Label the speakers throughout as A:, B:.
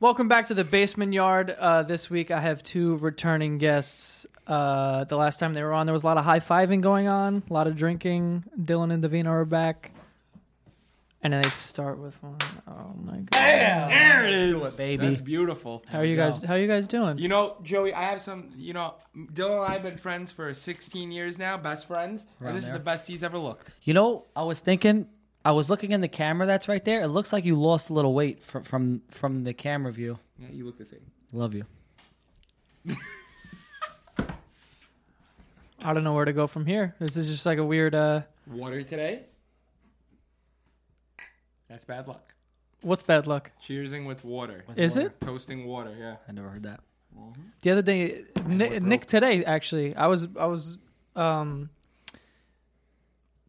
A: Welcome back to the basement yard. Uh, this week I have two returning guests. Uh, the last time they were on, there was a lot of high fiving going on, a lot of drinking. Dylan and Davina are back. And then they start with one. Oh my god!
B: There it is,
A: baby.
B: That's beautiful.
A: How are you guys? How are you guys doing?
B: You know, Joey, I have some. You know, Dylan and I have been friends for 16 years now, best friends, and this is the best he's ever looked.
C: You know, I was thinking, I was looking in the camera that's right there. It looks like you lost a little weight from from, from the camera view.
B: Yeah, you look the same.
C: Love you.
A: I don't know where to go from here. This is just like a weird. Uh,
B: Water today. That's bad luck.
A: what's bad luck?
B: Cheersing with water.
A: Is it?
B: Toasting water. Yeah.
C: I never heard that.
A: the other day Nick, Nick today actually I was I was um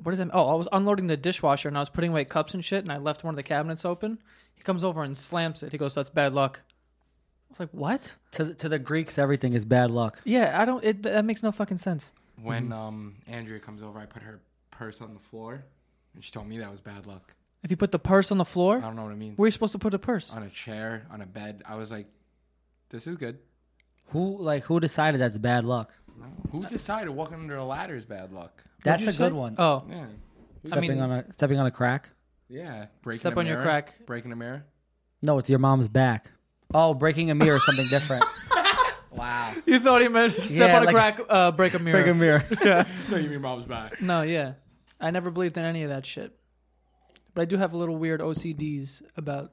A: what is that oh I was unloading the dishwasher and I was putting away cups and shit and I left one of the cabinets open he comes over and slams it he goes that's bad luck I was like what
C: To the, to the Greeks, everything is bad luck.
A: yeah I don't it that makes no fucking sense
B: When um Andrea comes over, I put her purse on the floor, and she told me that was bad luck.
A: if you put the purse on the
B: I
A: floor
B: don't know what it means.
A: where are you supposed to put a purse
B: on a chair, on a bed. I was like, this is good.
C: Who like who decided that's bad luck?
B: Who decided walking under a ladder is bad luck?
C: That's
A: What'd
C: a
A: you
C: good
A: say?
C: one.
A: oh
B: Yeah.
A: I
C: stepping
A: mean
C: on a stepping on a crack.
B: Yeah. Breaking
A: Step
B: a
A: on your
B: mirror,
A: crack.
B: Breaking a mirror.
C: No, it's your mom's back. Oh, breaking a mirror is something different. wow.
A: you thought he meant step
C: Yeah,
A: on a
C: like-
A: crack uh, break a mirror
C: Break a mirror.
B: no, you mean mom's back.
A: no yeah I never believed in any of that shit but I do have a little weird OCDs about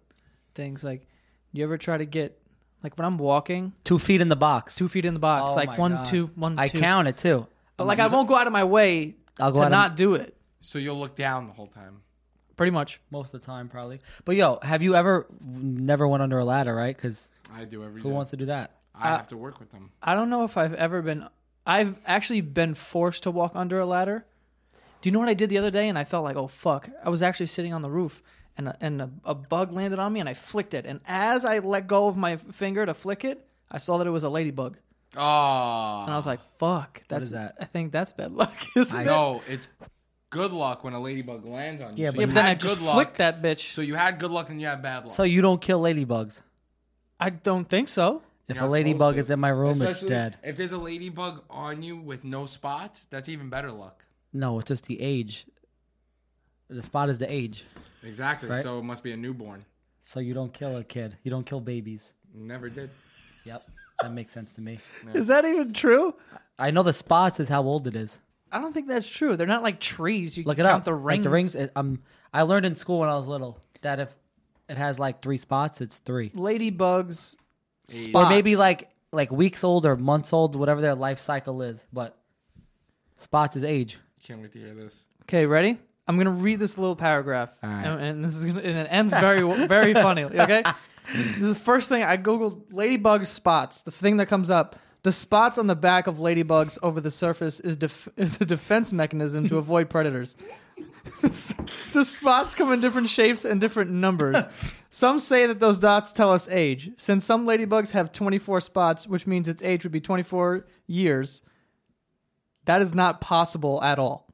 A: things like you ever try to get like when I'm walking
C: two feet in the box.
A: two feet in the box,
C: Oh
A: like
C: my
A: one,
C: God.
A: two, one,
C: I
A: two.
C: count it too.
A: but like I won't go out of my way
C: I'll go
A: to
C: out of-
A: not do it.
B: So you'll look down the whole time.
A: Pretty much.
C: Most of the time, probably. But yo, have you ever never went under a ladder, right? Because
B: I do every
C: who
B: day.
C: wants to do that?
B: I
A: Uh,
B: have to work with them.
A: I don't know if I've ever been. I've actually been forced to walk under a ladder. Do you know what I did the other day? And I felt like, oh fuck! I was actually sitting on the roof, and a, and a, a bug landed on me, and I flicked it. And as I let go of my finger to flick it, I saw that it was a ladybug, and I
B: Oh
A: was like, fuck! That's
C: Ah, is that?
A: I think that's bad luck, isn't it?
B: no, it's good luck when a ladybug lands on you.
C: Yeah,
B: so
C: but-
A: Yeah,
B: you
A: but then
B: had
A: I just
B: good luck.
A: flicked that bitch.
B: So you had good luck and you had bad luck.
C: So you don't kill ladybugs.
A: I don't think so.
C: If
B: You're
C: a
B: not supposed
C: ladybug
B: to.
C: is in my room, it's
B: Especially
C: dead.
B: If there's a ladybug on you with no spots, that's even better luck.
C: No, it's just the age. The spot is the age.
B: Exactly.
C: Right.
B: So it must be a newborn.
C: So you don't kill a kid. You don't kill babies.
B: Never did.
C: Yep. That makes sense to me.
A: Is that even true?
C: I know the spots is how old it is.
A: I don't think that's true. They're not like trees. You
C: Look
A: can
C: it
A: count
C: up.
A: the
C: Like
A: rings.
C: the rings. It, um, I learned in school when I was little that if it has like three spots, it's three.
A: Ladybugs.
C: Or maybe
A: spots.
C: like like weeks old or months old, whatever their life cycle is. But spots is age.
B: Can't wait to hear this.
A: Okay, ready? I'm gonna read this little paragraph,
C: right.
A: and, and this is gonna, and it ends very very funny. Okay, this is the first thing I googled: ladybug spots. The thing that comes up: the spots on the back of ladybugs over the surface is def- is a defense mechanism to avoid predators. the spots come in different shapes and different numbers. some say that those dots tell us age. Since some ladybugs have 24 spots, which means its age would be 24 years, that is not possible at all.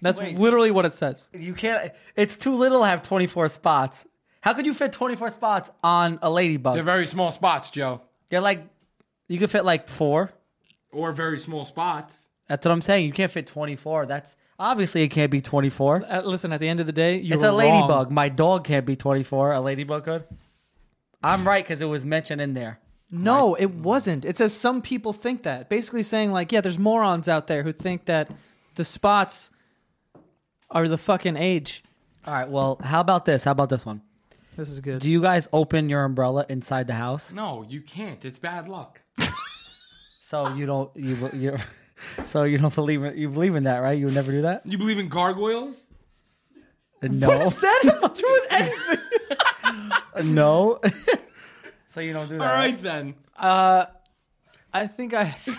A: That's
C: Wait.
A: literally what it says.
C: You can't. It's too little. to Have twenty four spots. How could you fit twenty four spots on a ladybug?
B: They're
C: They're,
B: very small spots, Joe.
C: like, you could fit like four.
B: Or very small spots.
C: That's what I'm saying. You can't fit twenty four. That's obviously it can't be twenty four.
A: Uh, listen, at the end of the day, you
C: It's
A: were
C: a ladybug.
A: wrong.
C: My dog can't be twenty four. A ladybug could. I'm right because it was mentioned in there.
A: No, it wasn't. It says some people think that. Basically saying like, yeah, there's morons out there who think that the spots are the fucking age.
C: All right. Well, how about this? How about this one?
A: This is good.
C: Do you guys open your umbrella inside the house?
B: No, you can't. It's bad luck.
C: So you don't you you so you don't believe in, you believe in that, right? You would never do that.
B: You believe in gargoyles?
C: No,
A: that have to do with anything?
C: no. so you don't do that.
B: All right then.
A: Uh, I think I do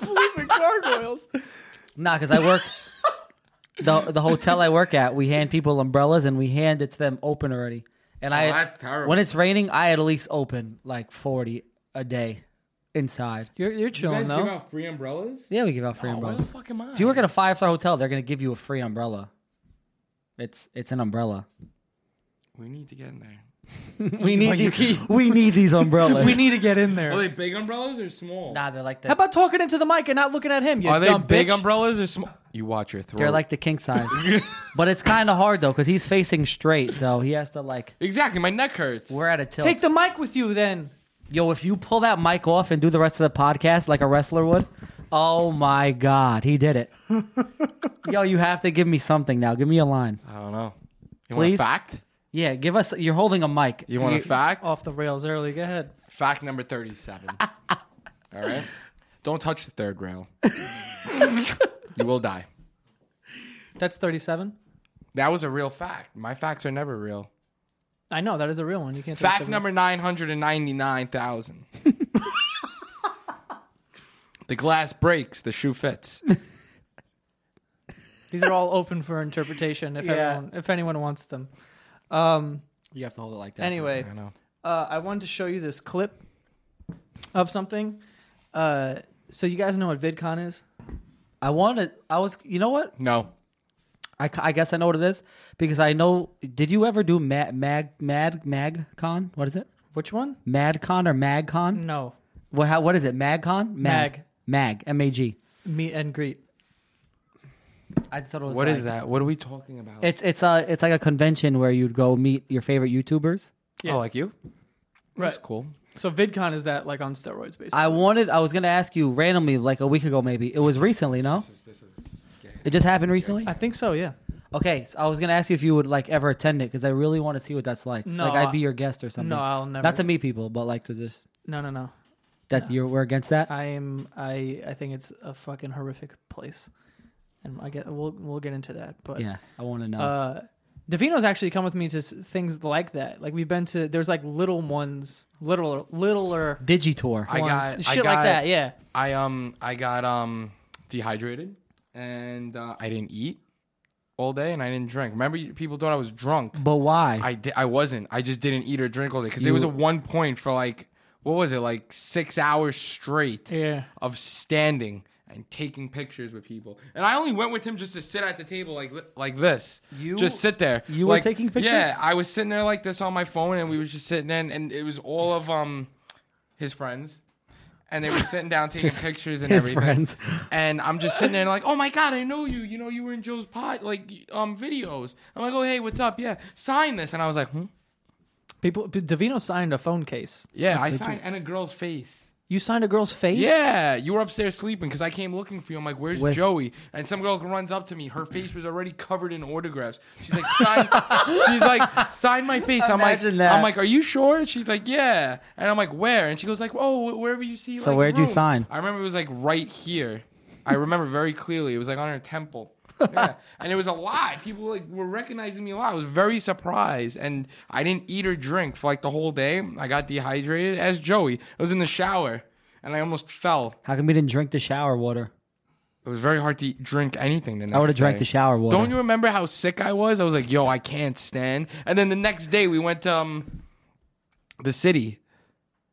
A: believe in gargoyles.
C: Nah, because I work the the hotel I work at. We hand people umbrellas and we hand it to them open already. And I
B: Oh, that's terrible.
C: When it's raining, I at least open like forty a day inside.
A: You're you're
B: You
A: chilling
B: guys give
A: though.
B: out free umbrellas?
C: Yeah, we give out free
B: Oh, where
C: umbrellas.
B: the fuck am I?
C: If you work at a five star hotel, they're gonna give you a free umbrella. It's it's an umbrella.
B: we need to get in there.
C: we need
A: you
C: the- we need these umbrellas.
A: We need to get in
B: Are
A: there.
B: they big umbrellas or small?
C: nah, they're like the
A: How about talking into the mic and not looking at him? You
B: Are they
A: dumb
B: big
A: bitch?
B: umbrellas or small? You watch your throat.
C: they're like the king size. but it's kind of hard though because he's facing straight, so he has to like
B: exactly. My neck hurts.
C: we're at a tilt.
A: Take the mic with you then.
C: Yo, if you pull that mic off and do the rest of the podcast like a wrestler would, oh my god, he did it. Yo, you have to give me something now. Give me a line.
B: I don't know. You want a
C: Please?
B: fact?
C: Yeah, give us. You're holding a mic.
B: You want a
C: Oh.
B: fact?
A: Off the rails early. Go ahead.
B: Fact number thirty-seven. All right. Don't touch the third rail. you will die.
A: That's 37.
B: That was a real fact. My facts are never real.
A: I know that is a real one. You can't. take
B: Fact
A: the-
B: number 999,000. the glass breaks, the shoe fits.
A: These are all open for interpretation. If
C: Yeah.
A: everyone, if anyone wants them. Um.
C: You have to hold it like that.
A: Anyway,
B: I know.
A: uh, I wanted to show you this clip of something. Uh, so you guys know what VidCon is?
C: I wanted. I was. You know what?
B: No.
C: I, I guess I know what it is because I know. Did you ever do Mad Mag Mad MagCon? What is it?
A: Which one?
C: MadCon or MagCon?
A: No.
C: What? How, what is it? MagCon?
A: Mag.
C: Mag. M A G.
A: Meet and greet.
C: I just thought it was.
B: What
C: like,
B: is that? What are we talking about?
C: It's it's a it's like a convention where you'd go meet your favorite YouTubers.
A: yeah.
B: Oh, like you? That's
A: Right.
B: cool.
A: So VidCon is that like on steroids, basically.
C: I wanted. I was gonna ask you randomly like a week ago maybe. It was recently. No. It just happened recently.
A: I think so. Yeah.
C: Okay, so I was gonna ask you if you would like ever attend it because I really want to see what that's like.
A: No,
C: like I'd be
A: I-
C: your guest or something.
A: No, I'll never.
C: Not to meet people, but like to just
A: No, no, no. Uh,
C: that you're we're against that.
A: I am. I. I think it's a fucking horrific place, and I get. We'll we'll get into that. But
C: yeah, I want to know.
A: uh, Davino's actually come with me to s- things like that. Like we've been to. There's like little ones, little littler.
C: Digitour.
B: I
A: ones,
B: got- I
A: shit
B: got-
A: like that. Yeah.
B: I um I got um dehydrated and uh, I didn't eat all day and I didn't drink. Remember you- people thought I was drunk.
C: but why?
B: I di- I wasn't. I just didn't eat or drink all day cuz it
C: You-
B: was a one point for like what was it? Like 6 hours straight.
A: Yeah.
B: of standing and taking pictures with people. And I only went with him just to sit at the table like like this.
C: You-
B: just sit there.
C: you were
B: Like,
C: taking pictures?
B: Yeah, I was sitting there like this on my phone, and we was just sitting in, and it was all of um his friends. And they were sitting down taking pictures and
C: his
B: everything.
C: friends.
B: And I'm just sitting there like, oh my god, I know you. You know, you were in Joe's pot, like um videos. I'm like, oh hey, what's up? Yeah, sign this. And I was like, hmm?
A: People. Davino signed a phone case.
B: yeah, I signed. And a girl's face.
A: You signed a girl's face.
B: Yeah, you were upstairs sleeping because I came looking for you. I'm like, "Where's
C: With-
B: Joey?" And some girl runs up to me. Her face was already covered in autographs. She's like, "Sign." she's like, "Sign my face." I'm like,
C: Imagine that.
B: "I'm like, are you sure?" She's like, "Yeah." And I'm like, "Where?" And she goes like, "Oh, wh- wherever you see."
C: So
B: like,
C: where'd you
B: room."
C: sign?
B: I remember it was like right here. I remember very clearly. It was like on her temple. yeah. And it was a lot. People like were recognizing me a lot. I was very surprised, and I didn't eat or drink for like the whole day. I got dehydrated as Joey. I was in the shower, and I almost fell.
C: How come we didn't drink the shower water?
B: It was very hard to eat, drink anything. The next
C: I would have drank
B: day.
C: the shower water.
B: Don't you remember how sick I was? I was like, "Yo, I can't stand." And then the next day, we went to um, the city.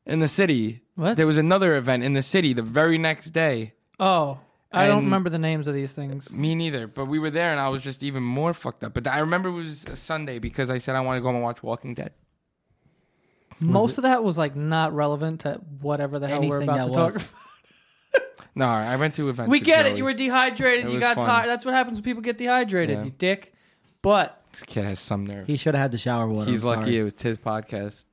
B: In the city,
A: What?
B: There was another event in the city the very next day.
A: Oh. I don't
B: And-
A: remember the names of these things.
B: Me neither. But we were there, and I was just even more fucked up. But I remember it was a Sunday because I said I want to go home and watch Walking Dead.
A: Most of that was like not relevant to whatever the hell we're
C: Anything
A: about to
C: that
A: talk.
C: was.
A: about.
B: No, I went to events.
A: We
B: with
A: get it.
B: Joey.
A: You were dehydrated.
B: It
A: you
B: was
A: got
B: fun.
A: tired. That's what happens when people get dehydrated.
B: Yeah.
A: You dick. But
B: This kid has some nerve.
C: He should have had the shower water.
B: He's
C: I'm
B: lucky
C: sorry.
B: it was his podcast.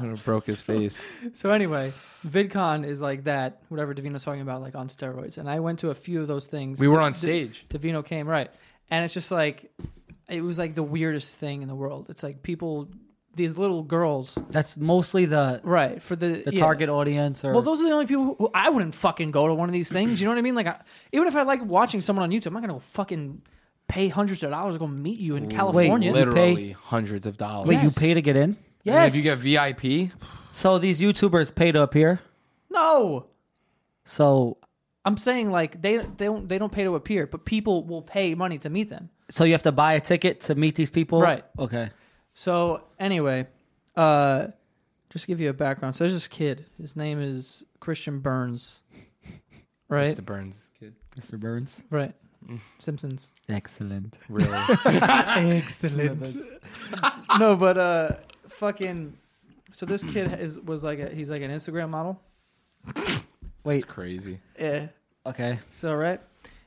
B: Would've broke his face.
A: so anyway, VidCon is like that. Whatever Davino's talking about, like on steroids. And I went to a few of those things.
B: We were on
A: Da-
B: stage.
A: Davino came right, and it's just like it was like the weirdest thing in the world. It's like people, these little girls,
C: That's mostly the
A: right? For the
C: the
A: yeah.
C: target audience or
A: Well, those are the only people who, who I wouldn't fucking go to one of these things. You know what I mean? Like, I, even if I like watching someone on YouTube, I'm not gonna fucking pay hundreds of dollars to go meet you in California.
C: lit-
B: literally hundreds of dollars.
C: Wait,
A: Yes.
C: you pay to get in?
B: And
A: yes.
B: If you get VIP,
C: So these YouTubers pay to appear.
A: no.
C: So
A: I'm saying like they they don't they don't pay to appear, but people will pay money to meet them.
C: so you have to buy a ticket to meet these people?
A: Right.
C: Okay.
A: So anyway, uh, just to give you a background. So there's this kid. His name is Christian Burns. Right,
B: Mr. Burns' kid.
C: Mr. Burns.
A: right. Simpsons.
C: Excellent.
B: Really?
A: Excellent. no, but uh, fucking. So this kid is was like a he's like an Instagram model.
B: It's
C: Wait.
B: crazy.
A: Yeah.
C: Okay.
A: So right,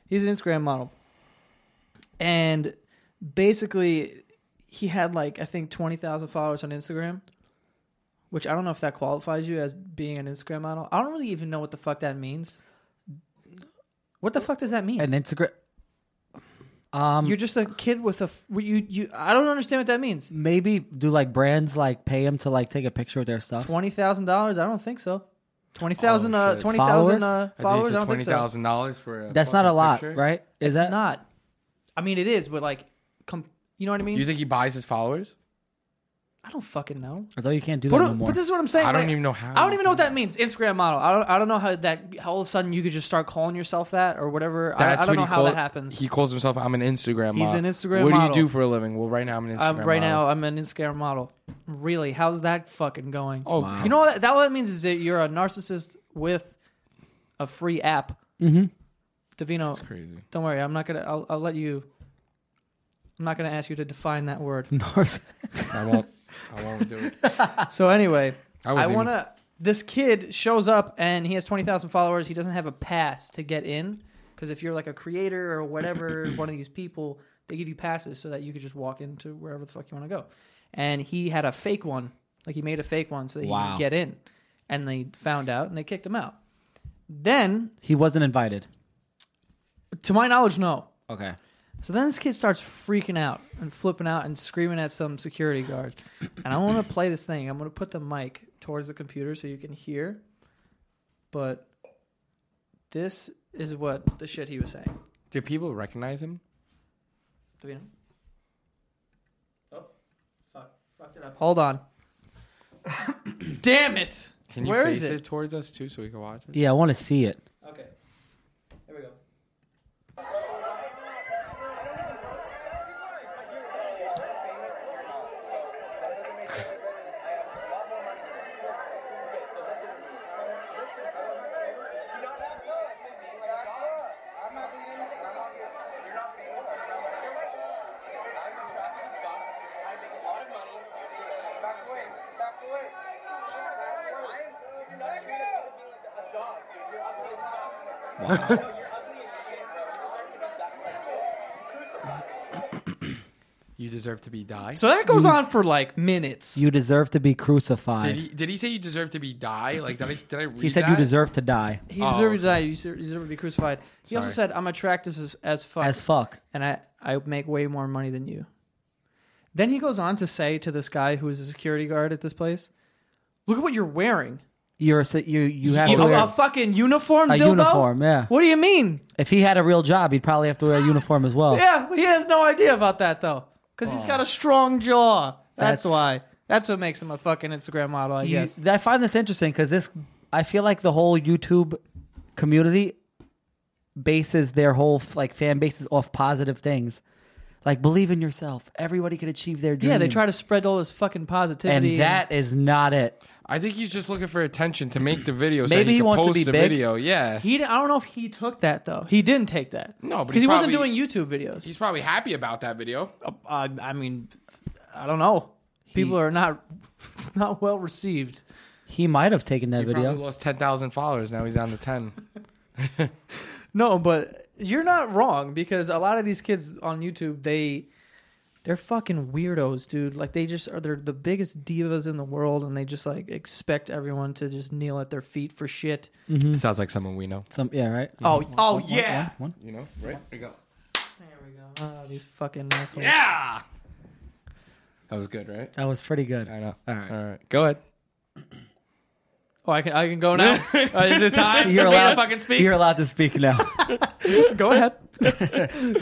A: he's an Instagram model, and basically, he had like I think twenty thousand followers on Instagram, which I don't know if that qualifies you as being an Instagram model. I don't really even know what the fuck that means. What the fuck does that mean?
C: An Instagram. Um,
A: You're just a kid with a f- you you. I don't understand what that means.
C: maybe do like brands like pay him to like take a picture of their stuff.
A: Twenty thousand dollars? I don't think so. Twenty thousand.
B: Oh,
A: uh,
B: shit.
A: twenty thousand uh,
C: Followers?
B: I
A: followers. I
B: said
A: don't think
B: twenty
A: so.
B: thousand dollars for a
C: That's not a
B: fucking
C: lot,
B: picture?
C: right? Is
A: It's
C: that
A: not? I mean, it is, but like, com- you know what I mean?
B: You think he buys his followers?
A: I don't fucking know.
C: Although you can't do that
A: But,
C: anymore.
A: but this is what I'm saying.
B: I don't
A: like,
B: even know how.
A: I don't even know what that means. Instagram model. I don't. I don't know how that. How all of a sudden you could just start calling yourself that or whatever. I, I
B: That's
A: don't know
B: what he
A: how
B: call-
A: that happens.
B: He calls himself. I'm an Instagram.
A: He's
B: model."
A: an Instagram
B: What
A: model.
B: do you do for a living? Well, right now I'm an Instagram.
A: um, right now,
B: model.
A: I'm an Instagram model. Really? How's that fucking going?
B: Oh,
A: You know what that, that what that means is that you're a narcissist with a free app.
C: Mhm.
A: Davino,
B: crazy.
A: don't worry. I'm not gonna. I'll, I'll let you. I'm not gonna ask you to define that word.
C: North-
B: I won't. I won't do it.
A: so anyway,
B: I,
A: I
B: wasn't
A: want
B: even-
A: to. This kid shows up and he has 20,000 followers. He doesn't have a pass to get in because if you're like a creator or whatever, one of these people, they give you passes so that you could just walk into wherever the fuck you want to go. And he had a fake one. Like he made a fake one so that he
C: Wow.
A: could get in. And they found out and they kicked him out. Then,
C: he wasn't invited.
A: to my knowledge, no.
C: Okay.
A: So then this kid starts freaking out and flipping out and screaming at some security guard. And I want to play this thing. I'm going to put the mic towards the computer so you can hear. But this is what the shit he was saying.
B: Do people recognize him?
A: Davina? Oh, fuck. Fucked it up. Hold on. Damn it.
B: Can you
A: Where
B: face
A: is
B: it towards us too, so we can watch it?
C: Yeah, I want to see it.
A: Okay. Here we go.
B: You deserve to be die.
A: So that goes on for like minutes.
C: You deserve to be
B: did
C: crucified.
B: he? Did he say you deserve to be die? Like did I? Did I read
C: He said
B: that?
C: you deserve to die
A: he
B: Oh,
A: deserved to die. You deserve, you deserve to be crucified. He also
B: Sorry.
A: said, I'm attractive as, as fuck.
C: as fuck.
A: and I, I make way more money than you. Then he goes on to say to this guy who is a security guard at this place, look at what you're wearing.
C: You're a, you you have
A: You-
C: to
A: a,
C: wear
A: a fucking uniform
C: a
A: dildo?
C: uniform. Yeah.
A: What do you mean?
C: If he had a real job, he'd probably have to wear a uniform as well.
A: Yeah, but he has no idea about that though. Because he's got a strong jaw. That's,
C: That's-
A: why. That's what makes him a fucking Instagram model, I
C: You-
A: guess.
C: I find this interesting because this, I feel like the whole YouTube community bases their whole like fan bases off positive things, like believe in yourself. Everybody could achieve their dream.
A: Yeah, they try to spread all this fucking positivity.
C: Mm. and that is not it.
B: I think he's just looking for attention to make the video. so
C: Maybe
B: he,
C: he
B: can
C: wants to
B: post
C: be
B: the
C: big.
B: video. Yeah.
A: he, I don't know if he took that though. He didn't take that.
B: No, but
A: because
B: he's
A: he wasn't
B: probably-
A: doing YouTube videos.
B: He's probably happy about that video.
A: uh, I mean, I don't know. People are not. It's not well received.
C: He might have taken that
B: He probably
C: video.
B: lost ten thousand followers. Now he's down to ten.
A: No, but you're not wrong because a lot of these kids on YouTube they they're fucking weirdos, dude. Like they just are they're the biggest divas in the world, and they just like expect everyone to just kneel at their feet for shit.
B: Sounds like someone we know.
C: Some, yeah, right.
A: Oh, oh
C: One-
A: yeah.
C: one- one.
B: You know, right? We go.
A: There we go. Oh, these fucking assholes.
B: Yeah. That was good, right?
C: That was pretty good.
B: I know.
C: All right.
B: All right. Go ahead.
A: Oh, I can I can go now. Uh, is it time?
C: You're
A: for me to
C: allowed.
A: fucking speak.
C: You're allowed to speak now.
A: go ahead.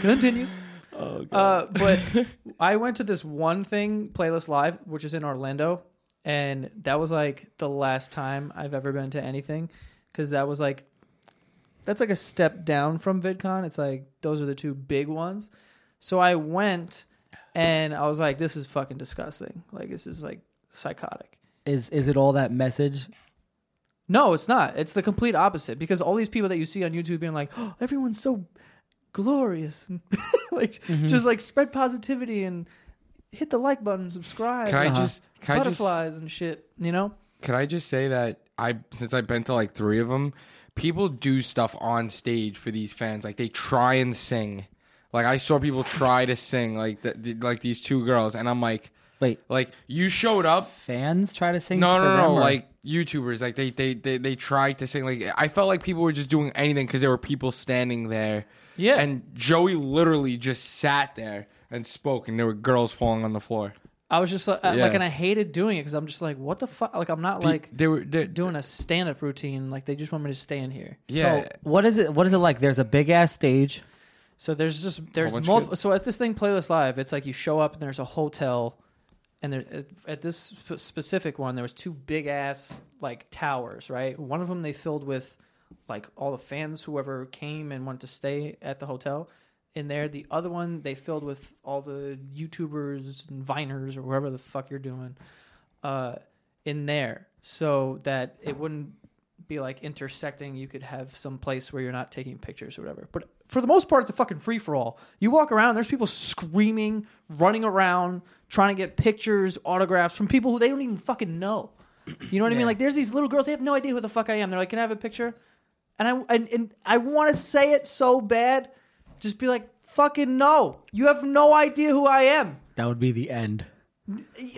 A: Continue. Uh, but I went to this one thing, Playlist Live, which is in Orlando, and that was like the last time I've ever been to anything because that was like that's like a step down from VidCon. It's like those are the two big ones. So I went and I was like, this is fucking disgusting. Like this is like psychotic.
C: is is it all that message?
A: No, it's not. It's the complete opposite because all these people that you see on YouTube being like, oh, everyone's so glorious, and like
B: Mm-hmm.
A: just like spread positivity and hit the like button, subscribe,
B: Can I
A: and
B: just- can I just-
A: butterflies and shit. You know,
B: Can I just say that I since I've been to like three of them, people do stuff on stage for these fans. Like they try and sing. Like I saw people try to sing. Like th- th- like these two girls, and I'm like,
C: Wait,
B: like you showed up.
C: fans try to sing?
B: No,
C: for
B: no, no,
C: them,
B: no.
C: or-
B: Like YouTubers, like they they they they tried to sing. Like I felt like people were just doing anything because there were people standing there.
A: Yeah.
B: And Joey literally just sat there and spoke, and there were girls falling on the floor.
A: I was just uh, like, I-
B: Yeah.
A: like and I hated doing it because I'm just like, what the fuck? Like, I'm not like
B: they were they
A: doing a stand up routine. Like, they just want me to stand here.
B: Yeah.
C: what is it? What is it like? There's a big ass stage.
A: So there's just there's
B: bunch of
A: multiple. So at this thing, Playlist Live, it's like you show up and there's a hotel, and there at, at this sp- specific one, there was two big ass like towers, right? One of them they filled with like all the fans, whoever came and wanted to stay at the hotel in there. The other one they filled with all the YouTubers and Viners or whoever the fuck you're doing uh, in there, so that it wouldn't be like intersecting. You could have some place where you're not taking pictures or whatever. But for the most part, it's a fucking free for all. You walk around, there's people screaming, running around, trying to get pictures, autographs from people who they don't even fucking know. You know what I mean? Like there's these little girls, they have no idea who the fuck I am. They're like, "Can I have a picture?" And I and, and I want to say it so bad, just be like, "Fucking no! You have no idea who I am."
C: That would be the end.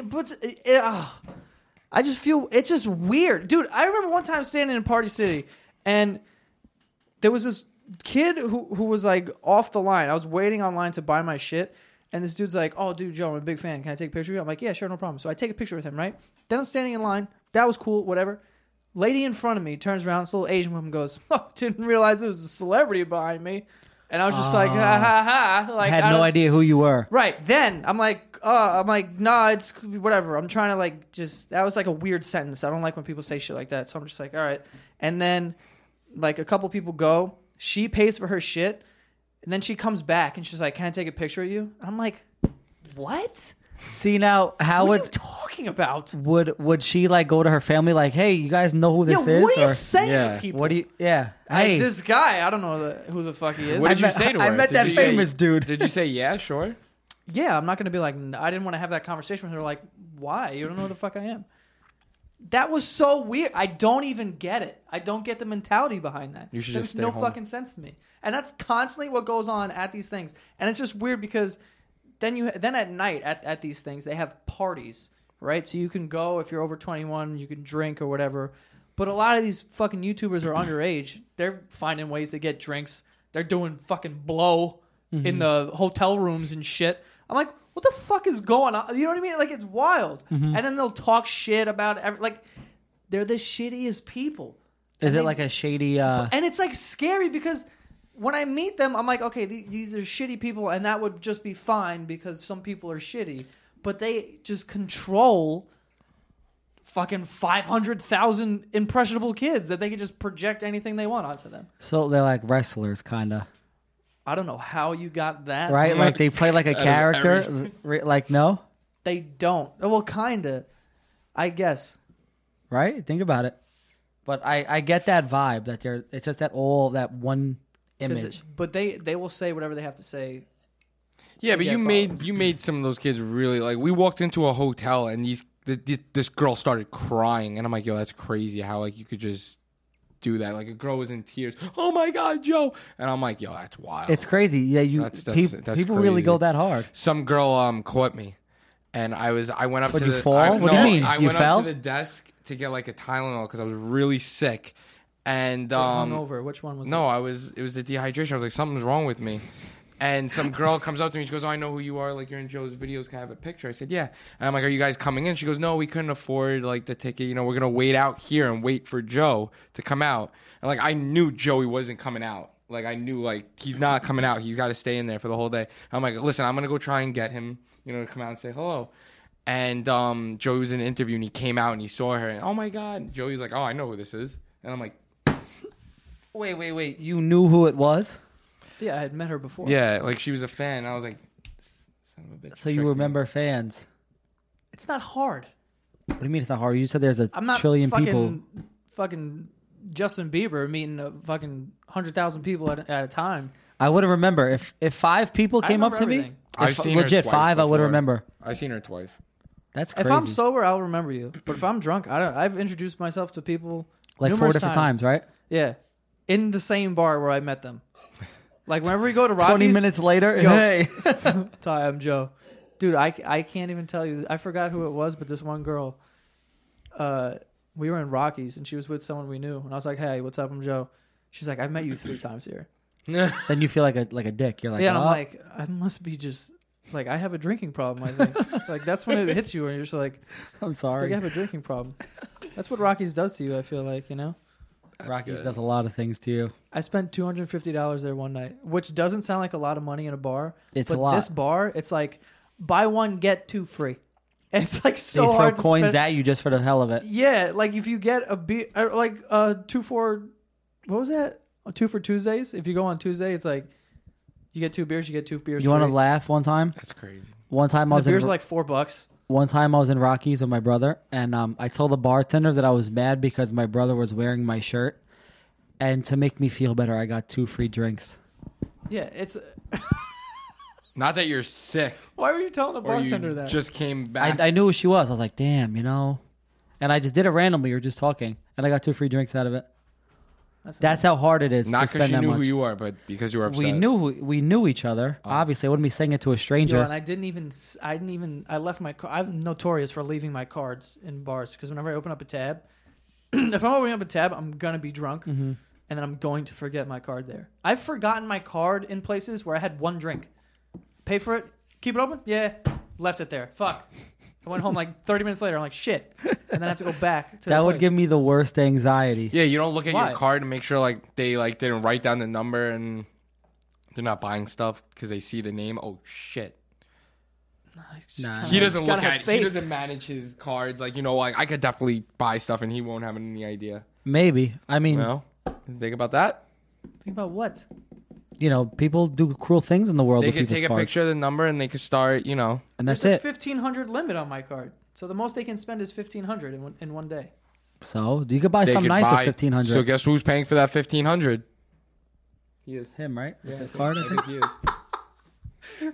A: But uh, ah, I just feel it's just weird, dude. I remember one time standing in Party City, and there was this kid who who was like off the line. I was waiting online to buy my shit, and this dude's like, "Oh, dude, Joe, I'm a big fan. Can I take a picture of you?" I'm like, "Yeah, sure, no problem." So I take a picture with him, right? Then I'm standing in line. That was cool, whatever. Lady in front of me turns around. This little Asian woman goes, oh, "Didn't realize there was a celebrity behind me," and I was just like, "Ha ha ha!" Like
C: Ah. I had
A: don't-
C: no idea who you were.
A: Right. Then I'm like, uh, I'm like, nah, it's whatever. I'm trying to like just that was like a weird sentence. I don't like when people say shit like that. So I'm just like, all right. And then like a couple people go, she pays for her shit, and then she comes back and she's like, Can I take a picture of you? And I'm like, What?
C: See now, how
A: What are you
C: would
A: talking about?
C: would would she like go to her family like, hey, you guys know who
A: Yeah,
C: this is?
A: what are you
C: or-
A: saying
B: Yeah.
A: to people?
C: What do you? Yeah.
A: Like,
C: Hey,
A: this guy, I don't know the, who the fuck he is.
B: What
C: I
B: did you
C: met-
B: say to her?
C: I met
B: Did
C: that
B: you say-
C: famous dude.
B: Did you say yeah? Sure.
A: yeah, I'm not gonna be like "N- I didn't want to have that conversation with her. Like, why? You don't know who the fuck I am. That was so weird. I don't even get it. I don't get the mentality behind that.
B: You should
A: That
B: just
A: makes
B: stay
A: no
B: home.
A: fucking sense to me. And that's constantly what goes on at these things. And it's just weird because then you then at night at, at these things they have parties, right? So you can go if you're over 21, you can drink or whatever. But a lot of these fucking YouTubers are underage. They're finding ways to get drinks. They're doing fucking blow
C: Mm-hmm.
A: in the hotel rooms and shit. I'm like, what the fuck is going on? You know what I mean? Like it's wild.
C: Mm-hmm.
A: And then they'll talk shit about every, like they're the shittiest people.
C: is
A: I
C: it
A: mean-
C: like a shady? uh
A: And it's like scary because when I meet them, I'm like, okay, th- these are shitty people, and that would just be fine because some people are shitty, but they just control fucking 500,000 impressionable kids that they can just project anything they want onto them.
C: So they're like wrestlers, kind of.
A: I don't know how you got that.
C: Right? Like they play like a character. Re- Like no,
A: They don't. Oh, Well, kind of. I guess.
C: right? Think about it. But I I get that vibe that they're it's just that all that one
A: 'Cause
C: image.
A: it- but they, they will say whatever they have to say.
B: Yeah, but
A: Yeah,
B: you
A: follow.
B: made you made some of those kids really like. We walked into a hotel and these th- th- this girl started crying, and I'm like, yo, that's crazy. How like you could just do that? Like a girl was in tears. Oh my god, Joe! And I'm like, yo, that's wild.
C: It's crazy. Yeah, you
B: That's- that's-
C: peop-
B: that's
C: people really
B: crazy.
C: go that hard.
B: some girl um caught me, and I was I went up
C: What,
B: to
C: you
B: the
C: fall?
B: I,
C: What do you
B: no,
C: mean?
B: I
C: You
B: went
C: fell?
B: up to the desk to get like a Tylenol because I was really sick, and um,
A: Hungover. Which one was
B: No, I was. It was the dehydration. I was like, something's wrong with me. And some girl comes up to me. She goes, "Oh, I know who you are. Like you're in Joe's videos. Can I have a picture?" I said, "Yeah." And I'm like, "Are you guys coming in?" She goes, "No, we couldn't afford like the ticket. You know, we're gonna wait out here and wait for Joe to come out." And like I knew Joey wasn't coming out. Like I knew like he's not coming out. He's got to stay in there for the whole day. I'm like, "Listen, I'm gonna go try and get him. You know, to come out and say hello." And um, Joey was in an interview and he came out and he saw her and oh my god, Joey's like, "Oh, I know who this is." And I'm like,
C: Wait, wait, wait. You knew who it was,
A: it? Yeah, I had met her before.
B: Yeah, like she was a fan. I was like, son of a bitch.
C: so you
B: tricked me.
C: remember fans.
A: It's not hard.
C: What do you mean it's not hard? You said there's a
A: I'm not
C: trillion
A: fucking,
C: people.
A: Fucking Justin Bieber meeting a fucking hundred thousand people at, at a time.
C: I would have remember if if five people
A: I
C: came up to
A: remember
C: me.
A: everything.
B: I've
C: if-
B: seen her
C: legit
B: twice
C: five, I would
B: before.
C: remember.
B: I've seen her twice.
C: That's crazy.
A: If I'm sober, I'll remember you. But if I'm drunk, I don't. I've introduced myself to people
C: like four
A: numerous
C: different times, right?
A: Yeah, in the same bar where I met them. Like whenever we go to Robbie's,
C: Twenty minutes later,
A: Yo.
C: hey,
A: Ty, I'm Joe. Dude, I, I can't even tell you. I forgot who it was, but this one girl, uh, we were in Rockies and she was with someone we knew. And I was like, hey, what's up? I'm Joe. She's like, I've met you three times here.
C: then you feel like a like a dick. You're like,
A: yeah, and
C: "Oh."
A: I'm like, I must be just, like, I have a drinking problem, I think. like, that's when it hits you and you're just like, I
C: I'm
A: think I
C: sorry.
A: have a drinking problem. That's what Rockies does to you, I feel like, you know?
B: That's
C: Rockies
B: good.
C: does a lot of things to you.
A: I spent $250 there one night, which doesn't sound like a lot of money in a bar.
C: It's
A: but
C: a lot.
A: this bar, it's like, buy one, get two free. And it's like so
C: they throw
A: hard to
C: coins
A: spend-
C: at you just for the hell of it.
A: Yeah, like if you get a beer, like uh, two for, what was that? A two for Tuesdays. If you go on Tuesday, it's like you get two beers, you get two beers.
C: You want to
A: free.
C: laugh? One time,
B: That's crazy.
C: one time
A: And
C: I was
A: The beers
C: in,
A: are like four bucks.
C: one time I was in Rockies with my brother, and um, I told the bartender that I was mad because my brother was wearing my shirt, and to make me feel better, I got two free drinks.
A: Yeah, it's.
B: Not that you're sick
A: Why were you telling the
B: or
A: bartender
B: you
A: that?
B: just came back.
C: I, I knew who she was. I was like, damn, you know, and I just did it randomly. We were just talking, and I got two free drinks out of it.
A: That's
C: That's how hard it is to
B: Not because
C: spend
B: you
C: that
B: knew
C: much.
B: who you are, but because you were Oh. upset.
C: we knew who, we knew each other. Obviously, I wouldn't be saying it to a stranger.
A: Yo, and I didn't even. s- I didn't even. I left my. car- I'm notorious for leaving my cards in bars because whenever I open up a tab, if I'm opening up a tab, I'm gonna be drunk,
C: Mm-hmm.
A: and then I'm going to forget my card there. I've forgotten my card in places where I had one drink, pay for it, keep it open, yeah, left it there. Fuck. I went home like 30 minutes later. I'm like shit, and then I have to go back. to
C: that
A: the
C: would
A: place.
C: give me the worst anxiety.
B: Yeah, you don't look at
A: Why?
B: your card and make sure like they like didn't write down the number and they're not buying stuff because they see the name. Oh shit.
A: I just
C: Nah.
A: kinda-
B: He doesn't
A: just gotta
B: look
A: have
B: at
A: faith.
B: he doesn't manage his cards like you know like I could definitely buy stuff and he won't have any idea.
C: Maybe. I mean,
B: You know? Think about that.
A: Think about what?
C: you know, people do cruel things in the world
B: They
C: with
B: could
C: people's
B: take a
C: cards,
B: picture of the number and they could start, you know.
C: and that's
A: There's
C: it.
A: a 1500 limit on my card, so the most they can spend is 1500 in one, in one day.
C: so you could buy
B: They
C: something
B: could
C: nice
B: buy.
C: at fifteen hundred.
B: So guess who's paying for that fifteen hundred?
C: he is him, right? Yeah, his card. I think.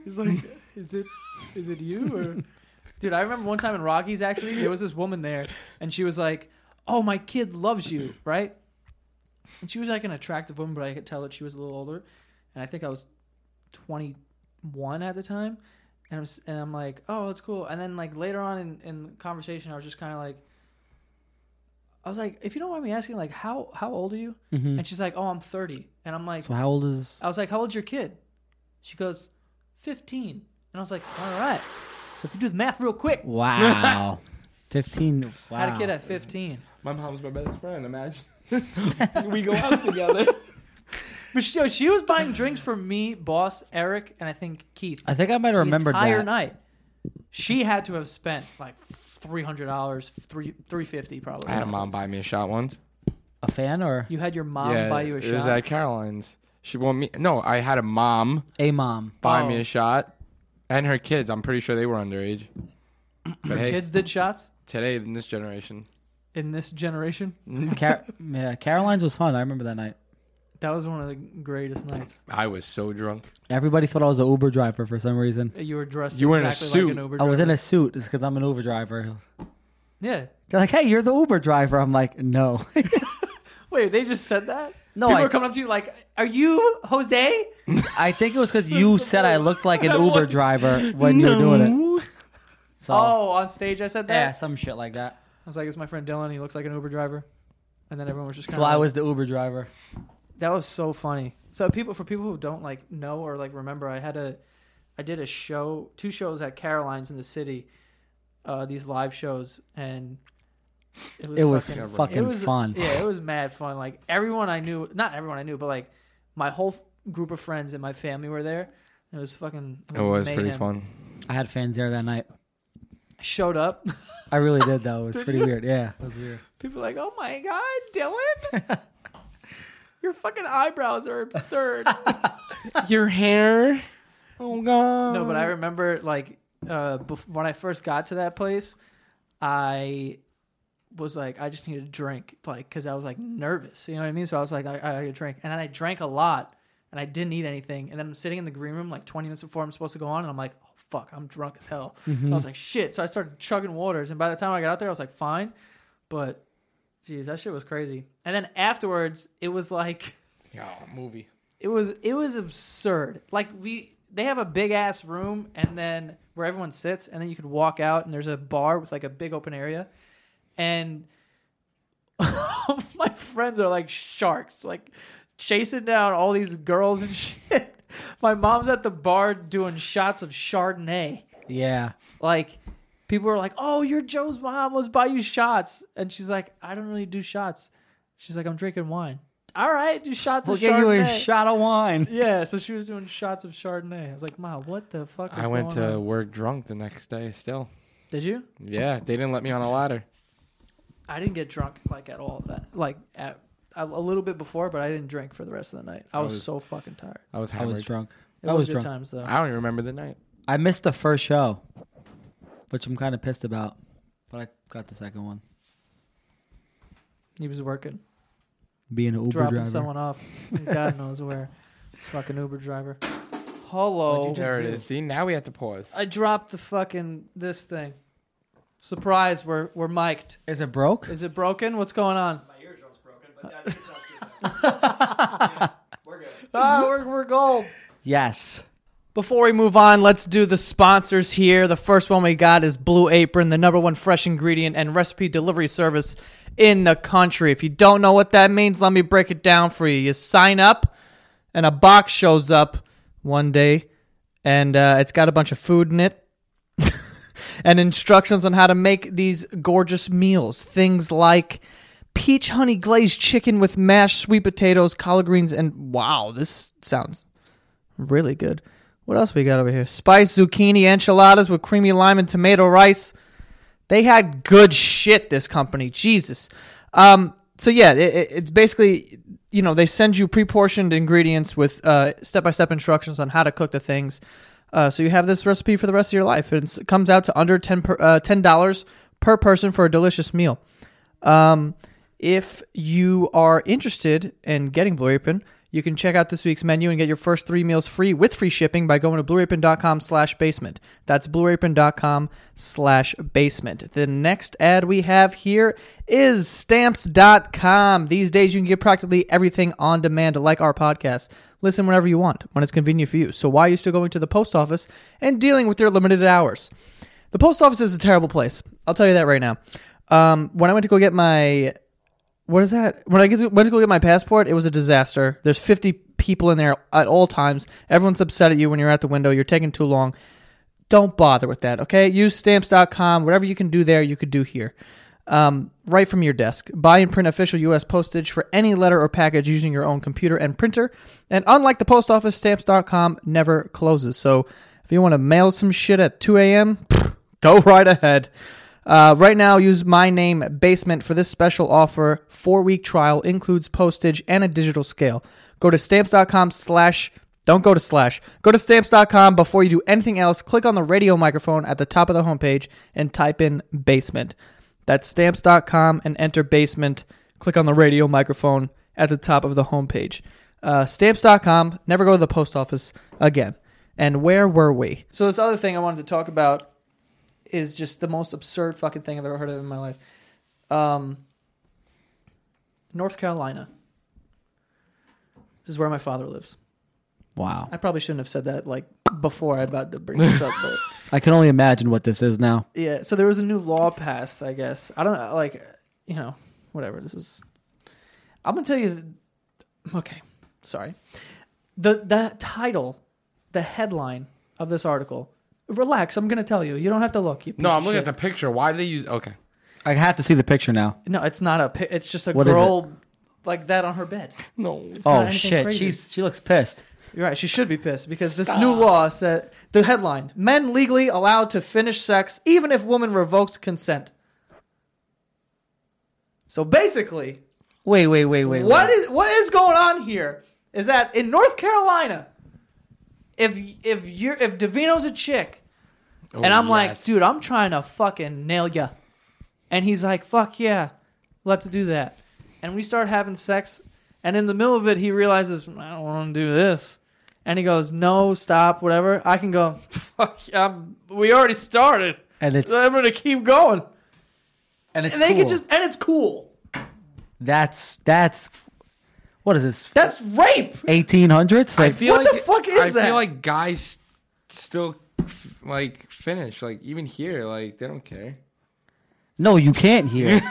A: He's like, is it, is it you or? Dude, I remember one time in Rockies. Actually, there was this woman there, and she was like, "Oh, my kid loves you," right? And she was like an attractive woman, but I could tell that she was a little older, and I think I was twenty one at the time, and I'm s- and I'm like, "Oh, that's cool." And then like later on in, in the conversation, I was just kind of like, I was like, "If you don't mind me asking, like, how how old are you?" And she's like, "Oh, I'm 30. and I'm like,
C: So how old is?
A: I was like, "How old's your kid?" She goes, 15. And I was like, "All right." So if you do the math real quick,
C: Wow, fifteen. Wow.
A: I had a kid at 15.
B: My mom's my best friend, imagine. we go out together.
A: But she, she was buying drinks for me, boss Eric, and I think Keith.
C: I think I might have remembered
A: the entire
C: that.
A: night. She had to have spent like three hundred dollars, three three fifty probably.
B: I had a mom buy me a shot once.
C: A fan or
A: You had your mom buy you a
B: It was
A: shot.
B: at Caroline's. She want me no, I had a mom
C: a mom?
B: buy
A: Oh.
B: me a shot. And her kids, I'm pretty sure they were underage. But hey,
A: Kids did shots
B: today in this generation.
A: in this generation.
C: Car- yeah, Caroline's was fun. I remember that night.
A: That was one of the greatest nights.
B: I was so drunk.
C: Everybody thought I was an Uber driver for some reason.
A: You were dressed.
B: You were in a
A: exactly Like
B: suit.
A: an Uber
C: I was
A: driver.
C: in a suit. It's because I'm an Uber driver.
A: Yeah.
C: They're like, "Hey, you're the Uber driver." I'm like, "No."
A: Wait, they just said that.
C: No,
A: people
C: I-
A: are coming up to you like, "Are you Jose?"
C: I think it was because you said I looked like an Uber driver when you were doing it. So,
A: Oh, on stage I said that.
C: yeah, some shit like that.
A: I was like, "It's my friend Dylan. He looks like an Uber driver." And then everyone was just kind
C: So
A: of.
C: I was the Uber driver.
A: That was so funny. So people for people who don't like know or like remember, I had a I did a show, two shows at Caroline's in the city, uh, these live shows, and
C: It was
A: fucking-
C: fucking,
A: it was-
C: fun.
A: Yeah, it was mad fun. Like everyone I knew, not everyone I knew, but like my whole f- group of friends and my family were there. It was fucking.
B: It was pretty
A: mayhem.
B: fun.
C: I had fans there that night.
A: I showed up.
C: I really did though. It was pretty weird. Yeah, it was weird.
A: People were like, oh my god, Dylan, your fucking eyebrows are absurd.
B: Your hair. Oh god.
A: No, but I remember like uh, bef- when I first got to that place, I was like, I just need a drink, like, because I was like nervous. You know what I mean? So I was like, I, I, I drink, and then I drank a lot, and I didn't eat anything. And then I'm sitting in the green room like 20 minutes before I'm supposed to go on, and I'm like, oh, fuck, I'm drunk as hell. And I was like, shit. So I started chugging waters, and by the time I got out there, I was like, fine. But, geez, that shit was crazy. And then afterwards, it was like,
B: Yeah, movie.
A: it was it was absurd. Like we they have a big ass room and then where everyone sits and then you could walk out and there's a bar with like a big open area and my friends are like sharks like chasing down all these girls and shit. My mom's at the bar doing shots of Chardonnay.
C: Yeah.
A: Like people were like, "Oh, you're Joe's mom. Let's buy you shots." And she's like, "I don't really do shots." She's like, "I'm drinking wine." All right, do shots
C: We'll
A: of
C: get
A: Chardonnay.
C: you a shot of wine.
A: Yeah, so she was doing shots of Chardonnay. I was like, Ma, what the fuck is
B: I went
A: going
B: to
A: on?"
B: work drunk the next day still.
A: Did you?
B: Yeah, they didn't let me on a ladder.
A: I didn't get drunk like at all. That like at a, a little bit before, but I didn't drink for the rest of the night. I was,
B: was-
A: so fucking tired.
B: I was
C: I
B: hammered.
C: was drunk.
A: It
C: I
A: was,
C: was
A: good
C: drunk.
A: times though.
B: I don't even remember the night.
C: I missed the first show, which I'm kind of pissed about, but I got the second one.
A: He was working,
C: Being an Uber
A: dropping
C: driver.
A: someone off. God knows where. This fucking Uber driver.
C: What'd
A: Hello.
C: you just
B: Oh, There it
C: do.
B: is. See, now we have to pause.
A: I dropped the fucking this thing. Surprise, we're we're mic'd.
C: Is it broke?
A: Is it broken? What's going on?
D: My eardrum's broken, but that's We're good.
A: Ah, we're we're gold.
C: yes.
A: Before we move on, let's do the sponsors here. The first one we got is Blue Apron, the number one fresh ingredient and recipe delivery service in the country. If you don't know what that means, let me break it down for you. You sign up, and a box shows up one day, and uh, it's got a bunch of food in it and instructions on how to make these gorgeous meals. Things like peach honey glazed chicken with mashed sweet potatoes, collard greens, and wow, this sounds really good. What else we got over here? Spice zucchini enchiladas with creamy lime and tomato rice. They had good shit. This company, Jesus. Um, so yeah, it, it- it's basically you know they send you pre-portioned ingredients with uh, step-by-step instructions on how to cook the things. Uh, so you have this recipe for the rest of your life, and it's- it comes out to under ten per, uh, ten dollars per person for a delicious meal. Um, if you are interested in getting Blue Apron, you can check out this week's menu and get your first three meals free with free shipping by going to blueapron.com slash basement. That's blueapron.com slash basement. The next ad we have here is stamps.com. These days, you can get practically everything on demand, like our podcast. Listen whenever you want, when it's convenient for you. So why are you still going to the post office and dealing with your limited hours? The post office is a terrible place. I'll tell you that right now. Um, when I went to go get my what is that? When I get to, went to go get my passport, it was a disaster. There's 50 people in there at all times. Everyone's upset at you when you're at the window. You're taking too long. Don't bother with that, okay? Use stamps.com. Whatever you can do there, you could do here. Um, right from your desk. Buy and print official U.S. postage for any letter or package using your own computer and printer. And unlike the post office, stamps.com never closes. So if you want to mail some shit at 2 a.m., go right ahead. Uh, right now, use my name basement for this special offer. Four week trial includes postage and a digital scale. Go to stamps.com slash don't go to slash. Go to stamps.com before you do anything else. Click on the radio microphone at the top of the homepage and type in basement. That's stamps.com and enter basement. Click on the radio microphone at the top of the homepage. Uh, stamps.com. Never go to the post office again. And where were we? So, this other thing I wanted to talk about is just the most absurd fucking thing I've ever heard of in my life. Um, North Carolina. This is where my father lives.
C: Wow.
A: I probably shouldn't have said that like before I about to bring this up, but
C: I can only imagine what this is now.
A: yeah. So there was a new law passed, I guess. I don't know, like you know, whatever. This is. I'm gonna tell you. th- Okay, sorry. The the title, the headline of this article. Relax. I'm gonna tell you. You don't have to look. You
B: No,
A: piece
B: I'm
A: of
B: looking
A: shit.
B: at the picture. Why they use? Okay,
C: I have to see the picture now.
A: No, it's not a. pi- It's just a
C: What is it?
A: girl like that on her bed.
B: no.
A: It's not
C: Oh
A: anything
C: shit,
A: crazy.
C: she's she looks pissed.
A: You're right. She should be pissed because this new law said the headline: "Men legally allowed to finish sex even if woman revokes consent." So basically,
C: Wait, wait, wait, wait.
A: what
C: wait.
A: is what is going on here is that in North Carolina, if if you're if Davino's a chick, and I'm like, dude, I'm trying to fucking nail ya. And he's like, fuck yeah, let's do that. And we start having sex. And in the middle of it, he realizes, I don't want to do this. And he goes, No, stop, whatever. I can go, Fuck, I'm, we already started.
C: And it's
A: I'm going to keep going.
C: and it's
A: And they
C: cool.
A: can just, and it's cool.
C: that's that's what is this?
A: That's rape.
C: eighteen hundreds.
B: I
C: Like
B: feel
A: what
B: like
A: the fuck is
B: I
A: that?
B: feel like guys still like finish like even here like they don't care.
C: no, you can't hear.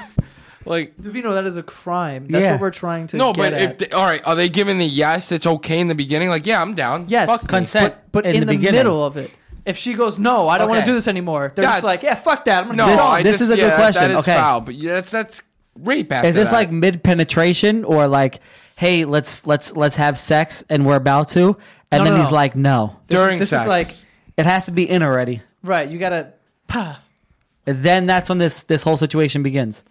B: Like
A: Davino, that is a crime. That's
C: Yeah.
A: what we're trying to
B: no,
A: get
B: but
A: at.
B: if they, all right, are they giving the yes? It's okay in the beginning. Like yeah, I'm down.
A: Yes,
B: Fuck me.
C: consent
A: But
C: in
A: in,
C: the
A: the,
C: beginning.
A: middle of it, if she goes, no, I don't want
B: Okay.
A: to do this anymore. They're
B: Yeah.
A: just like, yeah, fuck that. I'm gonna
B: No,
A: go.
C: This-
B: I
C: this
B: just-
C: is a good
B: yeah, that-
C: question.
B: That is
C: Okay.
B: foul, but yeah, that's that's rape. After
C: Is this
B: that.
C: like mid penetration or like hey let's let's let's have sex and we're about to and
A: No,
C: then
A: no,
C: he's
A: no.
C: like no
B: during
A: this
B: sex?
A: is like
C: it has to be in already.
A: right. You gotta pa
C: And then that's when this this whole situation begins.